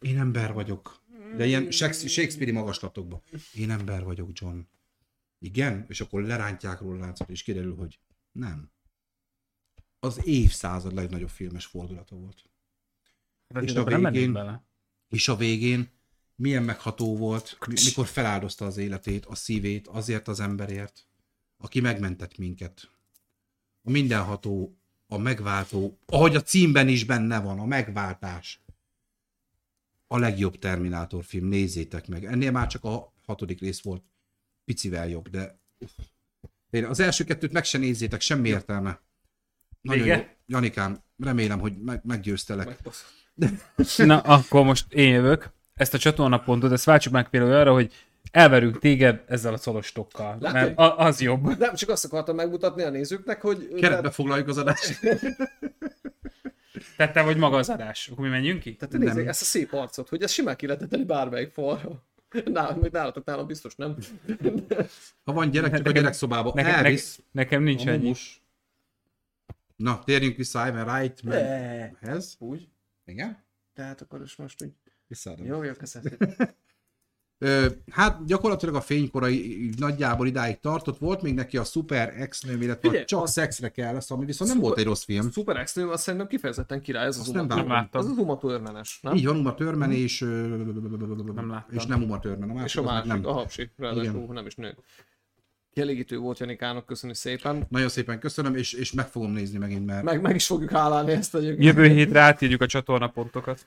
én ember vagyok. De ilyen Shakespeare- Shakespeare-i magaslatokban. Én ember vagyok, John. Igen? És akkor lerántják róla látszott, és kiderül, hogy nem. Az évszázad legnagyobb filmes fordulata volt.
Hát
És
azért
a
abban nem mennék
végén-
bele.
És a végén milyen megható volt, mi- mikor feláldozta az életét, a szívét azért az emberért, aki megmentett minket. A mindenható, a megváltó, ahogy a címben is benne van, a megváltás. A legjobb Terminátor film, nézzétek meg. Ennél már csak a hatodik rész volt picivel jobb, de Én az első kettőt meg se nézzétek, semmi értelme. Nagyon
Vége?
jó. Janikám, remélem, hogy meg, meggyőztelek.
Megbasz.
Na, akkor most én jövök. Ezt a csatornapontot, ezt váltsuk meg például arra, hogy elverünk téged ezzel a szolostokkal. Mert a- az jobb.
Nem, csak azt akartam megmutatni a nézőknek, hogy...
Keretbe foglaljuk az adást.
Tehát te vagy maga az adás. Akkor mi menjünk ki?
Tehát nézzék ezt a szép arcot, hogy ez simán ki lehetett tenni bármelyik falra. Nálam, meg nálatok, nálam biztos nem.
Ha van
Hát
gyerek, csak a gyerekszobába
Nekem, ne,
elvisz.
nekem nincs
A
ennyi.
mumus. Na, térjünk vissza Ivan Reitmanhez.
Ne. Úgy.
Igen?
Tehát akkor is most úgy.
Visszaadom.
Jó, jó, köszönöm.
Ö, hát gyakorlatilag a fénykorai így nagyjából idáig tartott. Volt még neki a Super Ex nőm, illetve
Figyelj,
Figyelj, csak
a-
szexre kell lesz, ami viszont nem
Szuper-
volt egy rossz film.
Super Extreme, azt szerintem kifejezetten király, ez az
Azt nem
Uma-
vágom.
láttam.
Az az Uma Thurman-es, nem?
Így van, Uma Törmen és... Nem
láttam.
És nem Uma Törmen, a másik,
És a
az meg
másik,
nem.
a hapsi, ráadásul nem is nő. Kielégítő volt Janikának, köszönjük szépen.
Nagyon szépen köszönöm, és, és meg fogom nézni megint, mert
Meg, meg is fogjuk hálálni ezt egyébként.
Jövő hétre átírjuk a csatornapontokat.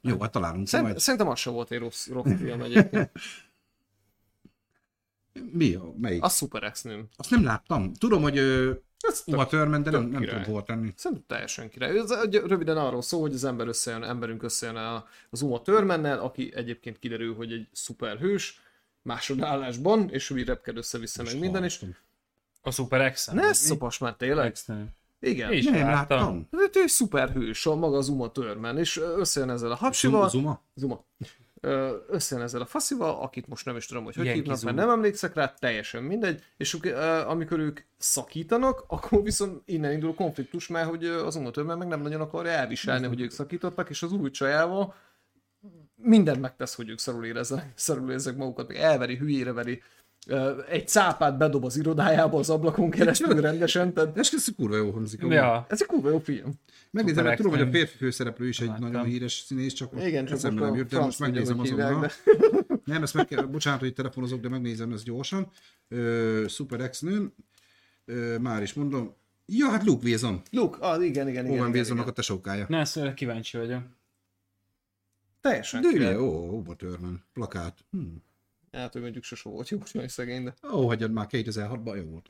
jó, hát találunk ki
Szerint,
majd.
szerintem az sem volt egy rossz, rossz film egyébként.
Mi? a- Melyik?
A
Azt,
Super Exnőm.
azt nem láttam. Tudom, hogy ö,
Ez tök-
Uma Thurman, de nem,
tök
nem
király.
tudom hova tenni.
Szerintem teljesen király. Ez egy- röviden arról szól, hogy az ember összejön, emberünk összejön a- az Uma Törmennel, aki egyébként kiderül, hogy egy szuperhős, másodállásban, és ő így repked össze-vissza meg minden, és
A Super Excel.
ne szopas már tényleg. Igen.
És
Nem
láttam.
láttam.
Hát Ő egy szuperhős, a maga az Uma Törmen, és összejön ezzel a
Zuma?
hapsival,
Zuma?
Zuma. Ö, Összejön ezzel a faszival, akit most nem is tudom, hogy hogy
Jenki
hívnak, mert
Zuma.
nem emlékszek rá, teljesen mindegy, és uk- ö, amikor ők szakítanak, akkor viszont innen indul a konfliktus, mert hogy ö, az unotőmmel meg nem nagyon akarja elviselni, hogy ők szakítottak, és az új csajával mindent megtesz, hogy ők szarul érezzenek, szarul érezzek magukat, meg elveri, hülyére veri, Ö, egy cápát bedob az irodájába az ablakon keresztül rendesen, tehát
Ez ez kurva jó hangzik. amúgy.
Ja.
ez egy kurva jó film.
Megnézem, mert tudom, hogy a
Superextreme.
férfi főszereplő is egy nagyon híres színész, csak most
Igen, csak
eszembe
akkor
nem jut, de
franc
most
tudja,
megnézem
hogy hívják,
azonnal. Nem, ezt meg kell, bocsánat, hogy telefonozok, de megnézem ezt gyorsan. Ö, Super ex nőn, Ö, már is mondom. Ja, hát Luke Wilson.
Luke, ah, igen, igen, igen.
Owen
igen, igen.
Wilsonnak a tesókája.
Na, ezt erre kíváncsi vagyok.
Teljesen.
De
király.
ugye, ó, Uma Thurman, plakát. Hm.
Hát, hogy mondjuk sose volt jó, úgyhogy szegény, de
Ó, hagyjad már 2006-ban jó volt.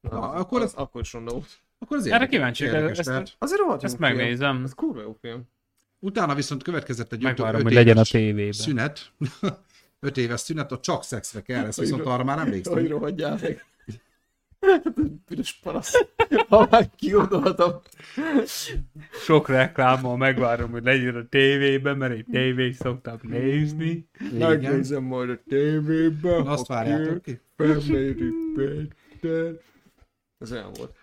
Na, akkor,
az,
az,
akkor is ronda volt.
akkor az
Erre kíváncsi vagyok,
érdekes,
ezt-
tehát.
Azért rohadt jó
Ezt
film.
megnézem.
Ez kurva jó film.
Utána viszont következett egy
Megvárom,
öt
hogy legyen a
éves
tévében.
szünet. öt éves szünet, a csak szexre kell, ezt viszont arra már
Hogy
emlékszem.
rohadjál meg. Hát, Piros paraszt. Ha már kiodoltam.
Sok reklámmal megvárom, hogy legyen a tévében, mert egy tévét szoktam nézni.
Igen.
Megnézem majd a tévében.
Na, Azt
ha
várjátok ki.
kér, Family Peter. Ez olyan volt.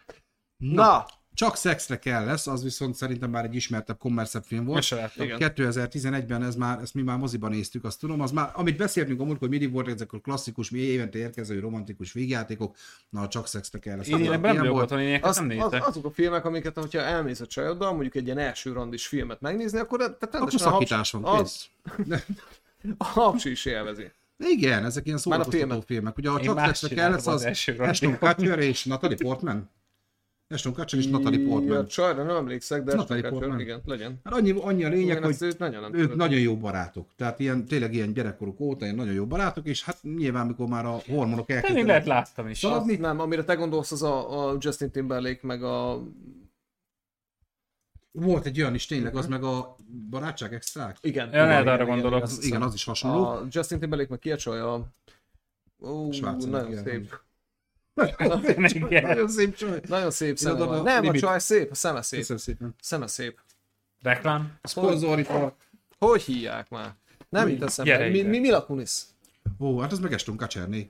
Na,
Na!
Csak szexre kell lesz, az viszont szerintem már egy ismertebb kommerszebb film volt.
Ezt se láttam.
Igen. 2011-ben ez már, ezt mi már moziban néztük, azt tudom. Az már, amit beszéltünk a múltkor, hogy mindig voltak ezek a klasszikus, mi évente érkező romantikus végjátékok, na a csak szexre kell lesz.
Én
Ilyen
ilyenekben nem vagyok
volt.
otthon, én ilyeneket
Az,
nem
az,
nézek.
azok a filmek, amiket, hogyha elmész a csajoddal, mondjuk egy ilyen első randis filmet megnézni, akkor, tehát
Akkor
rendesen a haps-
szakítás van,
a-
kész.
A hapsi is élvezi.
Igen, ezek ilyen
a
szórakoztató
filmet.
filmek. Ugye a
Én
csak
más
szexre kell
csináltam
lesz,
az
az
első randin.
Ashton Kutcher és Natalie Portman. Ashton Kutcher és Natalie
Ja,
Portman.
csajra nem emlékszek, de
Natalie
Ashton Kutcher,
Portman.
igen, legyen.
Hát annyi, annyi a lényeg,
Igen,
hogy
azt őt nagyon nem
ők
tudom.
nagyon jó barátok. Tehát ilyen, tényleg ilyen gyerekkoruk óta ilyen nagyon jó barátok, és hát nyilván, mikor már a hormonok
Én még
elkezdenek
Hát lehet láttam is.
Szóval-
Azt nem, amire te gondolsz, az a, a Justin Timberlake, meg a...
Volt egy olyan is tényleg, az meg a barátság extrák.
Igen.
Én lehet
igen,
arra
Mhm. igen, Ah.
gondolok.
Az, igen, az is
igen.
hasonló.
A Justin Timberlake, meg ki a csaj, a... Ó,
Schwarzenegger,
nagyon
igen.
szép.
Igen.
Nagyon szép csaj.
Nagyon szép szeme
Irodalom
van.
a
Nem, a
limit.
csaj szép, a szeme szép.
Köszönöm szépen.
Szeme szép.
Reklám?
Szponzoripar.
Hogy hívják már? Nem jut eszembe.
Gyere
Mi,
ide.
mi, Mila Kunis?
Ó, hát az meg Eston Kacserné.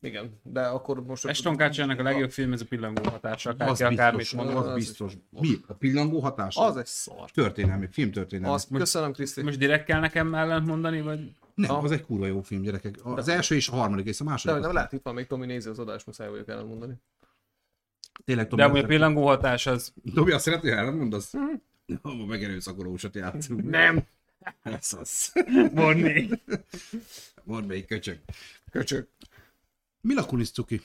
Igen, de akkor most...
Ashton Kutchernek a legjobb film ez a pillangó hatása,
Az
akárki akármit
biztos.
mond.
Az
az
biztos. Mi? A pillangó hatás?
Az egy szar.
Történelmi, filmtörténelmi.
Azt köszönöm, Kriszti.
Most direkt kell nekem ellent mondani, vagy?
Nem, az egy kurva jó film, gyerekek. Az első és a harmadik és a második.
Nem,
az
nem lehet, itt van még Tomi nézi az adást, muszáj vagyok elmondani.
Tényleg
De
Tomi,
amúgy a pillangó hatás az...
Tomi azt szeretné, ha elmondasz? Ha ma megerőszakolósat játszunk.
Nem!
Ez az.
Borni!
Van még köcsög.
Köcsög.
Mila Kunis cuki.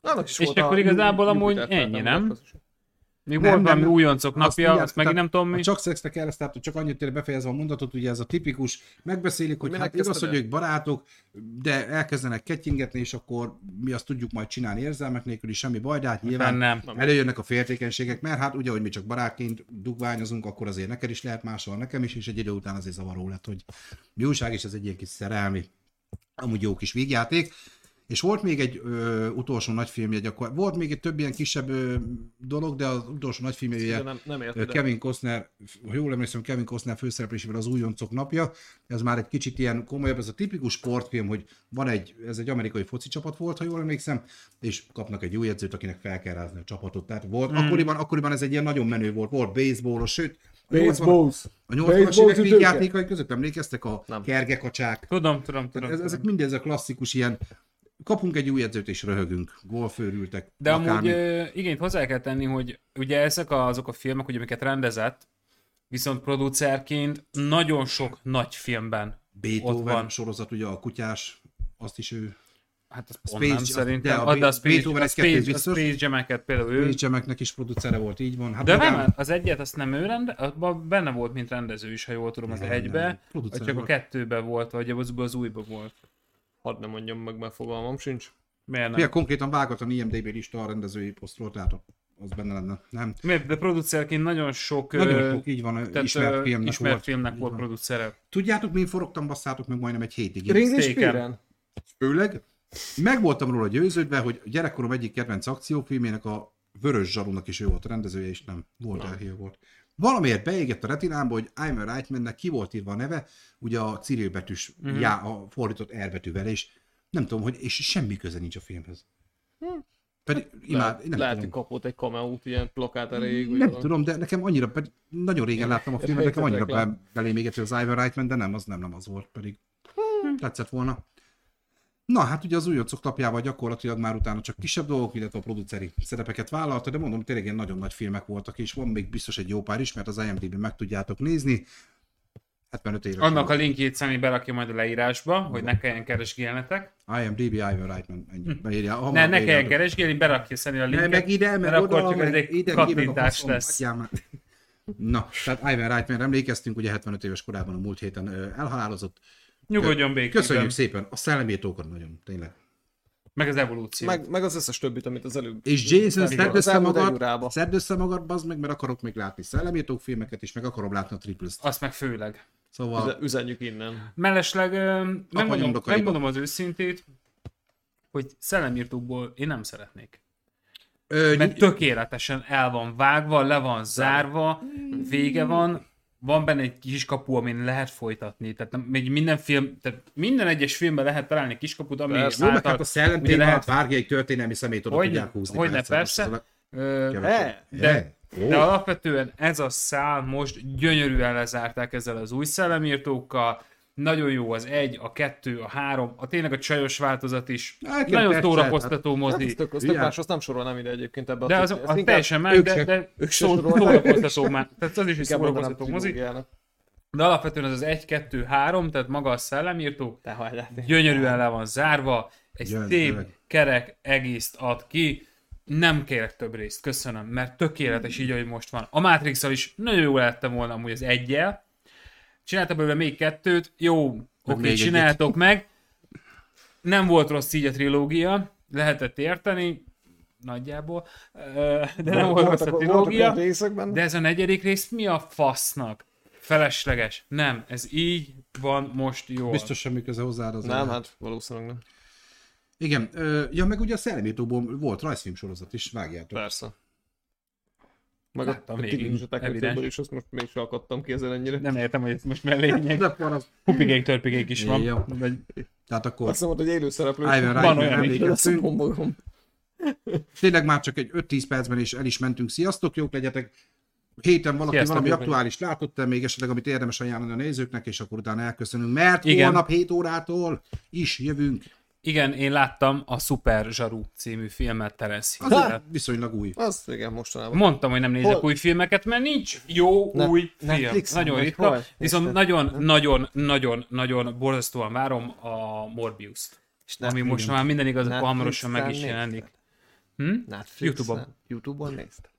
Annak is
És
volt
akkor
a
igazából amúgy
Jupiter feltámadás,
ennyi, nem?
az is.
Még
Nem,
volt
nem,
valami
nem.
újoncok napja, azt,
mindjárt-
megint
tehát
nem tudom mi.
A csak szexre kell ezt, tehát csak annyit tényleg befejezve a mondatot, ugye ez a tipikus, megbeszélik, hogy
Minek
hát igaz,
kezdted
hogy ők barátok, de elkezdenek kettingetni, és akkor mi azt tudjuk majd csinálni érzelmek nélkül is, semmi baj, de hát nyilván
nem.
előjönnek a féltékenységek, mert hát ugye, hogy mi csak barátként dugványozunk, akkor azért neked is lehet máshol, nekem is, és egy idő után azért zavaró lett, hogy mi újság, és ez egy ilyen kis szerelmi, amúgy jó kis vígjáték. És volt még egy ö, utolsó nagyfilmjegy, akkor volt még egy több ilyen kisebb ö, dolog, de az utolsó nagyfilmjegye
De nem, nem
Ö,
érted.
Kevin Costner, ha jól emlékszem, Kevin Costner főszereplésével az újoncok napja, ez már egy kicsit ilyen komolyabb, ez a tipikus sportfilm, hogy van egy, ez egy amerikai foci csapat volt, ha jól emlékszem, és kapnak egy új edzőt, akinek fel kell rázni a csapatot. Tehát volt,
Hmm.
mm. akkoriban, akkoriban ez egy ilyen nagyon menő volt, volt baseballos, sőt, a 80
Baseballs.
a 80-as
Baseball
évek
ütőke.
végjátékai között emlékeztek a
Nem.
kergekacsák,
Tudom, tudom, tudom.
ez,
tudom.
ezek mind ez a klasszikus ilyen, kapunk egy új edzőt és röhögünk, golfőrültek,
De amúgy
akármi.
ö, igen, hozzá kell tenni, hogy ugye ezek a, azok a filmek, ugye, amiket rendezett, viszont producerként nagyon sok nagy filmben ott
Beethoven
van.
sorozat, ugye a kutyás, azt is ő
Hát az
Space
pont nem
Jam- de
szerintem.
a
Add a
Be-
Space,
Beethoven
a
ezt kettőt
Space, a
biztos.
Space Jam-eket például ő.
Pécsemeknek is producere volt, így van. Hát
De
magán-
nem, az egyet azt nem ő rende, abban benne volt, mint rendező is, ha jól tudom, az
Nem,
egybe,
nem.
vagy
Producer
csak a
volt.
kettőben volt, vagy az, az újban volt.
hadd ne mondjam meg, mert fogalmam sincs.
Miért nem?
Milyen konkrétan vágatlan IMDB lista a rendezői posztról, tehát az benne lenne. Nem.
Miért? De producerként nagyon sok,
Nagyon
ö,
sok, így van,
tehát,
ismert
ö,
filmnek
ismert
volt.
filmnek
Így
volt
van.
producere.
Tudjátok, mi forogtam, basszátok meg majdnem egy hétig. Én
Ring és
Steaken.
Spearen?
főleg. Meg voltam róla győződve, hogy gyerekkorom egyik kedvenc akciófilmének a Vörös Zsarunak is ő volt a rendezője, és nem volt elhiú volt. Valamiért beégett a retinámba, hogy I'm a right man ki volt írva a neve, ugye a Cyril betűs,
Mhm.
mm-hmm. já, a fordított R betűvel, és nem tudom, hogy és semmi köze nincs a filmhez. Pedig imád,
Lehet,
én nem
Hm. Hát lehet hogy
tudom.
kapott egy kameót, ilyen plakát erejéig. vagy
Nem
valami.
tudom, de nekem annyira, pedig nagyon régen láttam a filmet, nekem annyira be, belém égető az Ivan Reitman, de nem, az nem, nem az volt, pedig tetszett volna. Na, hát ugye az új Jocok napjával gyakorlatilag már utána csak kisebb dolgok, illetve a produceri szerepeket vállalta, de mondom, tényleg ilyen nagyon nagy filmek voltak, és van még biztos egy jó pár is, mert az IMDb-ben meg tudjátok nézni. 75 éves.
Annak a linkjét Szemi berakja majd a leírásba, hogy ne kelljen keresgélnetek.
IMDb Ivan Reitman, ennyi. Beírja, hamar
Hm. Ne, ne
beírjátok.
kelljen keresgélni, berakja Szemi a
hát Ne,
linket.
meg ide, meg
mert
oda,
akkor csak ez
meg
egy
ide, ki, meg a
kattintás
faszom,
lesz.
hagyjál már. Na, tehát Ivan Reitman emlékeztünk, ugye 75 éves korában a múlt héten ö, elhalálozott.
Nyugodjon békében.
Köszönjük szépen, a szellemét ókor nagyon, tényleg.
Meg az evolúció.
Meg, meg az összes többit, amit az előbb...
És Jason,
Igen.
szedd
Az
össze
elmúlt egy
magad,
órába.
szedd össze magad, bazd meg, mert akarok még látni szellemétók filmeket, és meg akarom látni a triples
Azt meg főleg.
Szóval,
Üze- Üzenjük innen.
Mellesleg ö, megmondom,
nyomd a kariba.
megmondom az őszintét, hogy szellemírtókból én nem szeretnék.
ö, ny-
Mert tökéletesen el van vágva, le van zárva, vége van, van benne egy kiskapu, amin lehet folytatni. Tehát nem, még minden film, tehát minden egyes filmben lehet találni kiskaput, ami
Persze.
jó,
által
meg hát a szellem
ugye
témát,
lehet,
bárki egy történelmi szemét oda
Hogyne,
tudják húzni.
hogyne, persze.
szóval-
ö,
Keveset.
de-
Eh, jó.
De alapvetően ez a szál most gyönyörűen lezárták ezzel az új szellemírtókkal, nagyon jó az egy, a kettő, a három, a tényleg a csajos változat is.
Hát, igen,
nagyon
persze,
szórakoztató
Hát
mozi.
ez tök, az tök
Ilyen.
más, azt nem sorolnám ide egyébként ebbe
De
a
az,
ezt
az
inkább-
teljesen más,
ők
de,
se-
de
ők se
szó-
sorolták.
szórakoztató már. Tehát az is egy
inkább mondanám
szórakoztató mozi.
trilógiának.
De alapvetően az az 1, 2, 3, tehát maga a szellemírtó,
Te hát hajlá.
gyönyörűen le van zárva, egy
Jön,
szép,
tényleg.
kerek egészt ad ki, nem kérek több részt, köszönöm, mert tökéletes így, ahogy most van. A matrix is nagyon jó lettem volna amúgy az egyel, csinálta belőle még kettőt, jó, oké, okay,
még
csináltok meg, nem volt rossz így a trilógia, lehetett érteni, nagyjából, Ö, de nem volt rossz a
voltak
trilógia.
olyan részek benne.
De ez a negyedik rész mi a fasznak? Felesleges. Nem, ez így van most jól.
Biztos semmi köze hozzád az
Nem,
elem.
hát valószínűleg nem.
Igen, ö, ja, meg ugye a Szellemítóból volt rajzfilm sorozat is, vágjátok.
Persze. Meg a,
Láttam
a
végig,
tigris
evidens.
a is, azt most még se akadtam ki ezen ennyire.
Nem értem, hogy ez most mellényeg.
De az...
Kupigék, törpigék is van.
Jó.
Vagy
Tehát akkor
Azt mondod, hogy élő szereplő.
Ivan
olyan
Reitman
is.
Azt
emlékeztünk.
mondom magam.
Tényleg már csak egy 5-10 percben is el is mentünk. Sziasztok, jók legyetek! Héten valaki
Sziasztok,
valami
jók
aktuális látott még esetleg, amit érdemes ajánlani a nézőknek, és akkor utána elköszönünk, mert
Igen.
Igen. holnap 7 órától is jövünk.
Igen, én láttam a Super Zsaru című filmet Terence
Az
Hill-el.
viszonylag új.
Az igen, mostanában.
Mondtam, hogy nem nézek
Hol-
új filmeket, mert nincs jó
Ne-
új film.
Netflixen
nagyon
vagy
ritka.
hol?
Viszont
Nézted?
nagyon-nagyon-nagyon-nagyon borzasztóan várom a Morbius-t.
És
Ami
Netflixen-
most már minden igaz, akkor
Netflixen
hamarosan meg is
nézted?
jelenik. Hm?
Netflixen.
YouTube-on.
Youtube-on nézted?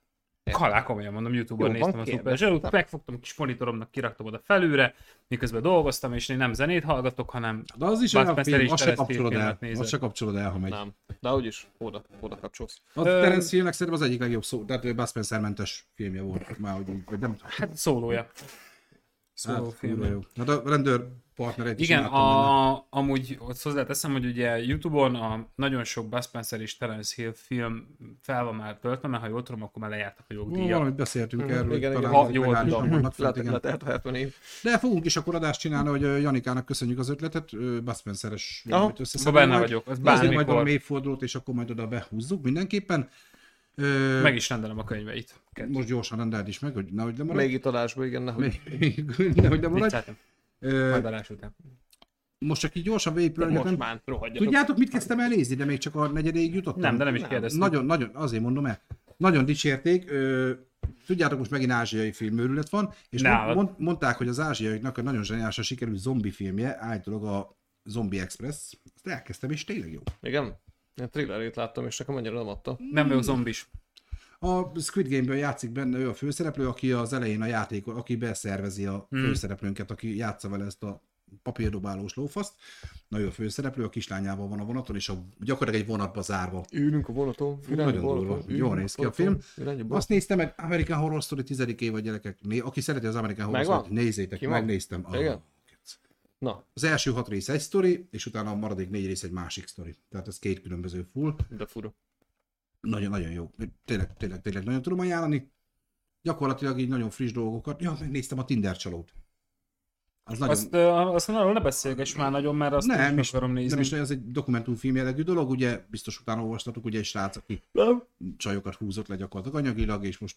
Halál komolyan mondom, Youtube-on
Jó, van,
néztem a Super
kérdeztem.
Zsarút, megfogtam a kis monitoromnak, kiraktam oda felülre, miközben dolgoztam, és én nem zenét hallgatok, hanem
De az is
Bud
olyan
Spencer
film,
és
azt se
Terence
kapcsolod
Hill
el,
filmet nézed.
azt se kapcsolod el, ha megy.
Nem. De úgyis, oda, oda kapcsolsz.
A
Ö-
Terence Hillnek szerintem az egyik legjobb szó, tehát ő Bud Spencer mentes filmje volt már, hogy így, vagy nem tudom.
hát szólója.
Szóval
Szóló
Hát,
film.
kurva jó. Hát a rendőr partnereit is
Igen,
imádtam benne.
a, amúgy ott hozzáteszem, hogy ugye Youtube-on a nagyon sok Bud Spencer és Terence Hill film fel van már töltve, mert ha jól tudom, akkor már lejártak a jogdíjak.
Valamit beszéltünk
Mhm,
erről,
igen,
hogy
igen.
talán
Ha
ezek
jól
megállítóan
tudom.
vannak fönt,
Lehet,
igen.
lehet 70 év.
De fogunk is akkor adást csinálni, hogy ö, Janikának köszönjük az ötletet, ö, Bud Spencer-es
Aha.
valamit
Szóval
összeszedünk
benne
majd.
vagyok, az
Nézzük majd a
bármikor.
mélyfordulót, és akkor majd oda behúzzuk mindenképpen. Ö,
Meg is rendelem a könyveit. Kettő.
Most gyorsan rendeld is meg, hogy nehogy lemaradj.
Még itt adásban, igen, nehogy.
Még... nehogy lemaradj.
Vicceltem.
Ö,
Majd adás után.
most csak így gyorsan
Most
végigpörgetem.
már rohadjatok.
Tudjátok, mit kezdtem el nézni, de még csak a negyedéig jutottam.
Nem, de nem is kérdeztük.
Nagyon, nagyon, azért mondom el. Nagyon dicsérték. Ö, tudjátok, most megint ázsiai filmőrület van, és
Nálad.
mond, mond, mondták, hogy az ázsiaiknak a nagyon zseniálisan sikerült zombi filmje, állítólag a Zombie Express. Azt elkezdtem, és tényleg jó.
Igen. Én thrillerét láttam, és nekem annyira nem adta.
Nem vagyok zombis.
A Squid Game-ből játszik benne
Hmm.
ő a főszereplő, aki az elején a játék, aki beszervezi a főszereplőnket, aki játsza vele ezt a papírdobálós lófaszt. Na ő a főszereplő, a kislányával van a vonaton, és a, gyakorlatilag egy vonatba zárva.
Ülünk a vonaton,
Nagyon durva. Jól néz ki a film. Azt néztem meg, American Horror Story 10. évad gyerekek. Né- Aki szereti az American Horror
Megvan?
Story, nézzétek,
Ki van?
megnéztem. Ah,
Igen?
kec.
Na,
Az első hat rész egy sztori, és utána a maradék négy rész egy másik sztori. Tehát ez két különböző full.
de fura.
Nagyon-nagyon jó. Tényleg, tényleg, tényleg nagyon tudom ajánlani. Gyakorlatilag így nagyon friss dolgokat. Ja, megnéztem a Tinder csalót. Az nagyon...
Azt, ö, azt arról ne beszélgess már nagyon, mert azt nem,
nem
nem
is,
is akarom nézni.
nem is, ez egy dokumentumfilm jellegű dolog, ugye biztos utána olvastatok, ugye egy srác, aki
Nem?
csajokat húzott le gyakorlatilag anyagilag, és most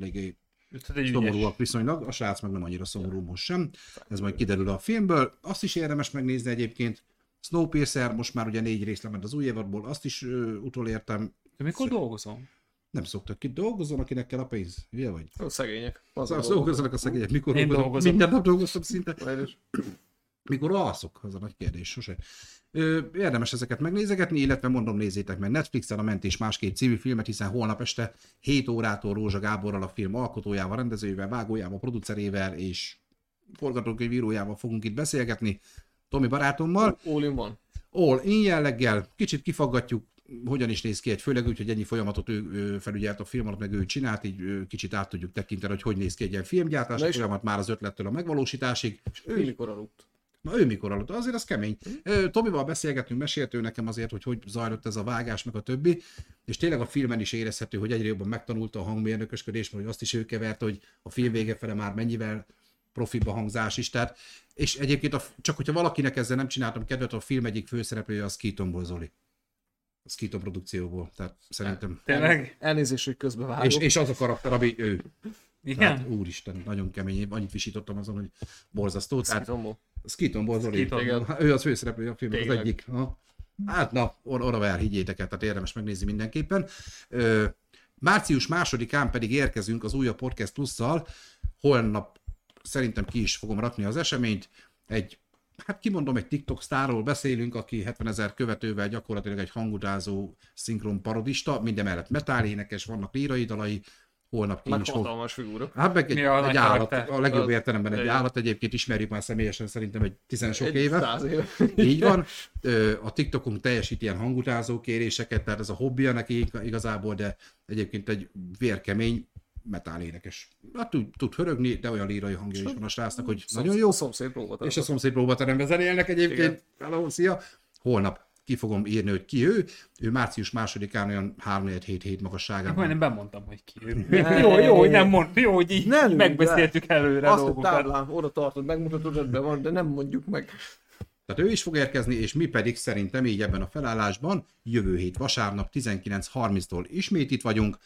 eléggé
Tehát hát egy ügyes.
szomorúak viszonylag, a srác meg nem annyira szomorú most sem, ez majd kiderül a filmből, azt is érdemes megnézni egyébként, Snowpiercer, most már ugye négy rész lement az új évadból, azt is ö, utolértem,
De mikor
Hát,
dolgozom?
nem szoktak ki, dolgozzon, akinek kell a pénz, ugye vagy?
A szegények.
Az, az dolgozzanak a szegények, mikor
Én
dolgozom?
dolgozom.
Minden nap dolgoztam szinte.
Erős.
Mikor alszok? Az a nagy kérdés, sose. Ö, érdemes ezeket megnézegetni, illetve mondom, nézzétek meg Netflixen a Mentés másképp című filmet, hiszen holnap este 7 órától Rózsa Gáborral a film alkotójával, rendezőjével, vágójával, producerével és forgatókönyvírójával fogunk itt beszélgetni, Tomi barátommal.
All in van.
All in jelleggel, kicsit kifaggatjuk, hogyan is néz ki egy, főleg úgy, hogy ennyi folyamatot ő, ő felügyelt a film alatt, meg ő csinált, így ö, kicsit át tudjuk tekinteni, hogy hogy néz ki egy ilyen
Na
filmgyártási
és-
folyamat már az ötlettől a megvalósításig.
Ő mikor aludt?
Na ő mikor aludt? Azért az kemény. Ö, Tomival beszélgetünk, mesélt ő nekem azért, hogy hogy zajlott ez a vágás, meg a többi, és tényleg a filmen is érezhető, hogy egyre jobban megtanulta a hangmérnökösködés, mert hogy azt is ő kevert, hogy a film vége fele már mennyivel profibb a hangzás is, tehát és egyébként a, csak hogyha valakinek ezzel nem csináltam kedvet, a film egyik főszereplője az Keatonból Zoli. Az Keaton produkcióból, tehát szerintem.
Tényleg?
Elnézést, hogy közbevágok.
És, és az a karakter, ami ő. Tehát,
Igen?
úristen, nagyon kemény, én annyit visítottam azon, hogy borzasztó. Tehát
Szítomó.
Skiton Borzoli.
Skeeton.
Igen. Ő az főszereplő a filmben, az
Tényleg.
egyik. Aha. Hát na, or- orra vár, higgyétek el, tehát érdemes megnézni mindenképpen. Ö, március másodikán pedig érkezünk az újabb Podcast Plusszal. Holnap szerintem ki is fogom rakni az eseményt. Egy, hát kimondom, egy TikTok sztárról beszélünk, aki 70 ezer követővel gyakorlatilag egy hangutázó szinkron parodista, minden mellett metálénekes, vannak lírai dalai, holnap ki
Meg
is fog
hatalmas figura.
Hát meg egy,
Mi a nagy
egy állat,
karakter?
a legjobb
Az-
értelemben egy
egy-
állat, egyébként ismerjük már személyesen szerintem egy tizen sok
Egy
éve.
Száz éve.
Így van. Ö, A TikTokon teljesít ilyen hangutázó kéréseket, tehát ez a hobbija neki ig- igazából, de egyébként egy vérkemény metálénekes. Hát tud, tud hörögni, de olyan lírai hangja is van a srácnak, hogy nagyon jó.
A szomszéd próbálta.
És a szomszéd próbateremben zenélnek egyébként. Hello, szia! Holnap ki fogom írni, hogy ki ő. Ő március másodikán olyan 3-4-7 magasságában.
Majdnem bemondtam, hogy ki ő.
Ne.
Jó, jó, hogy nem mond, jó, hogy így
Ne lőj
megbeszéltük előre
Azt a
dolgokat.
táblán oda tartod, megmutatod, rendben van, de nem mondjuk meg.
Tehát ő is fog érkezni, és mi pedig szerintem így ebben a felállásban jövő hét vasárnap 19.30-tól ismét itt vagyunk.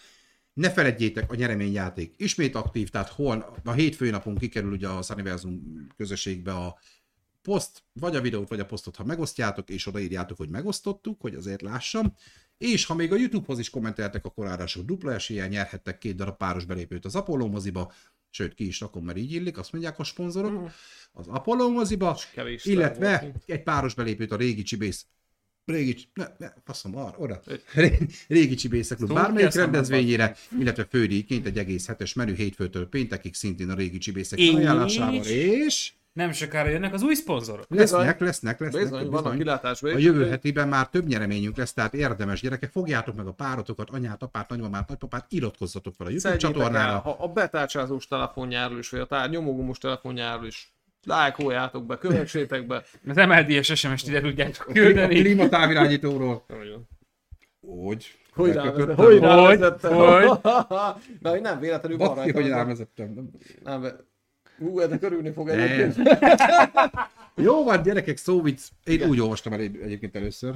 Ne feledjétek, a nyereményjáték ismét aktív, tehát hol a hétfői napon kikerül ugye a Sunniversum közösségbe a poszt, vagy a videót, vagy a posztot, ha megosztjátok, és odaírjátok, hogy megosztottuk, hogy azért lássam. És ha még a YouTube-hoz is kommenteltek, akkor ráadásul dupla eséllyel nyerhettek két darab páros belépőt az Apollo moziba, sőt ki is rakom, mert így illik, azt mondják a sponzorok, az Apollo moziba,
Kevés tár
illetve
volt.
egy páros belépőt a régi csibész régi, csi- ne, ne, faszom, arra, oda.
Ö-
Ré- Régi csibészek klub
Szóval
bármelyik
kezdtem
rendezvényére, illetve fődíjként egy egész hetes menü hétfőtől péntekig szintén a régi csibészek
És-
ajánlásával. És
Nem sokára jönnek az új szponzorok.
lesznek, lesznek, lesznek.
Bizony, van a kilátásban.
A
is.
jövő hetiben már több nyereményünk lesz, tehát érdemes gyerekek, fogjátok meg a párotokat, anyát, apát, nagymamát, nagypapát, iratkozzatok fel a YouTube
Szedjétek el,
csatornára.
ha a betárcsázós telefonjáról is, vagy a tár nyomogumos telefonjáról is, lájkoljátok be, kövessétek be.
Az MLD-es SMS-t ide tudjátok
A
küldeni.
klímatávirányítóról. Hogy?
Hogy
Megkötöttem.
rávezettem? Hogy
Hogy?
rávezettem?
Hogy?
Na, hogy nem véletlenül van
Baszki,
rajta.
hogy
az a-
rávezettem. Nem-
Nem, be- Ú, ennek örülni fog
Nem.
egyébként.
Jó van, gyerekek, szó vicc. Én úgy olvastam el egy- egyébként először.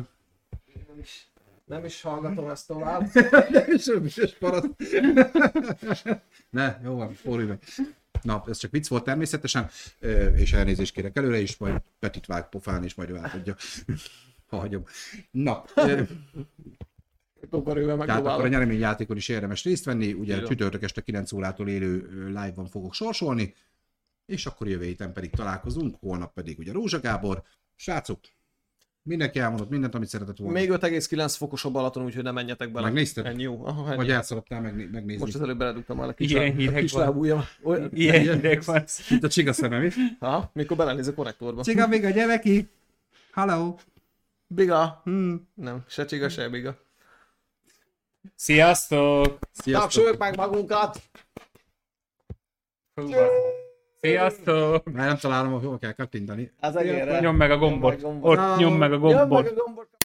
Nem is hallgatom ezt tovább.
Semmi is paraszt. ne, jó van, fordulj meg. Na, ez csak vicc volt természetesen, ö, és elnézést kérek előre, és majd Petit vág pofán, és majd ő átadja. Ha hagyom. Na, ö,
Dobbarővel
Tehát akkor a
megdobálom.
nyereményjátékon is érdemes részt venni, ugye
Így van.
csütörtök este 9 órától élő ö, live-ban fogok sorsolni, és akkor jövő héten pedig találkozunk, holnap pedig ugye Rózsa Gábor. Srácok, Mindenki elmondott mindent, amit szeretett volna.
Még 5,9 fokos a Balaton, úgyhogy ne menjetek bele.
Megnézted?
Ennyi jó. Aha, ennyi.
Vagy elszaladtál meg, megnézni.
Most az előbb beledugtam el a kis,
Ilyen
láb- a
hideg
kis
van.
lábújam. Olyan-
Ilyen
Ilyen.
hideg van.
Itt a csiga szemem is.
Ha, mikor belenézek konnektorba.
Csiga még a gyereki. Hello.
Biga. Nem, Hmm. se csiga, se biga.
Sziasztok!
Sziasztok.
Tapsoljuk meg magunkat!
Hú, basszus. Sziasztok!
Már nem találom, hogy hol kell kattintani.
Az egérre.
Nyom meg a gombot. Ott nyom meg a
Nyomd meg
gombot.
a gombot.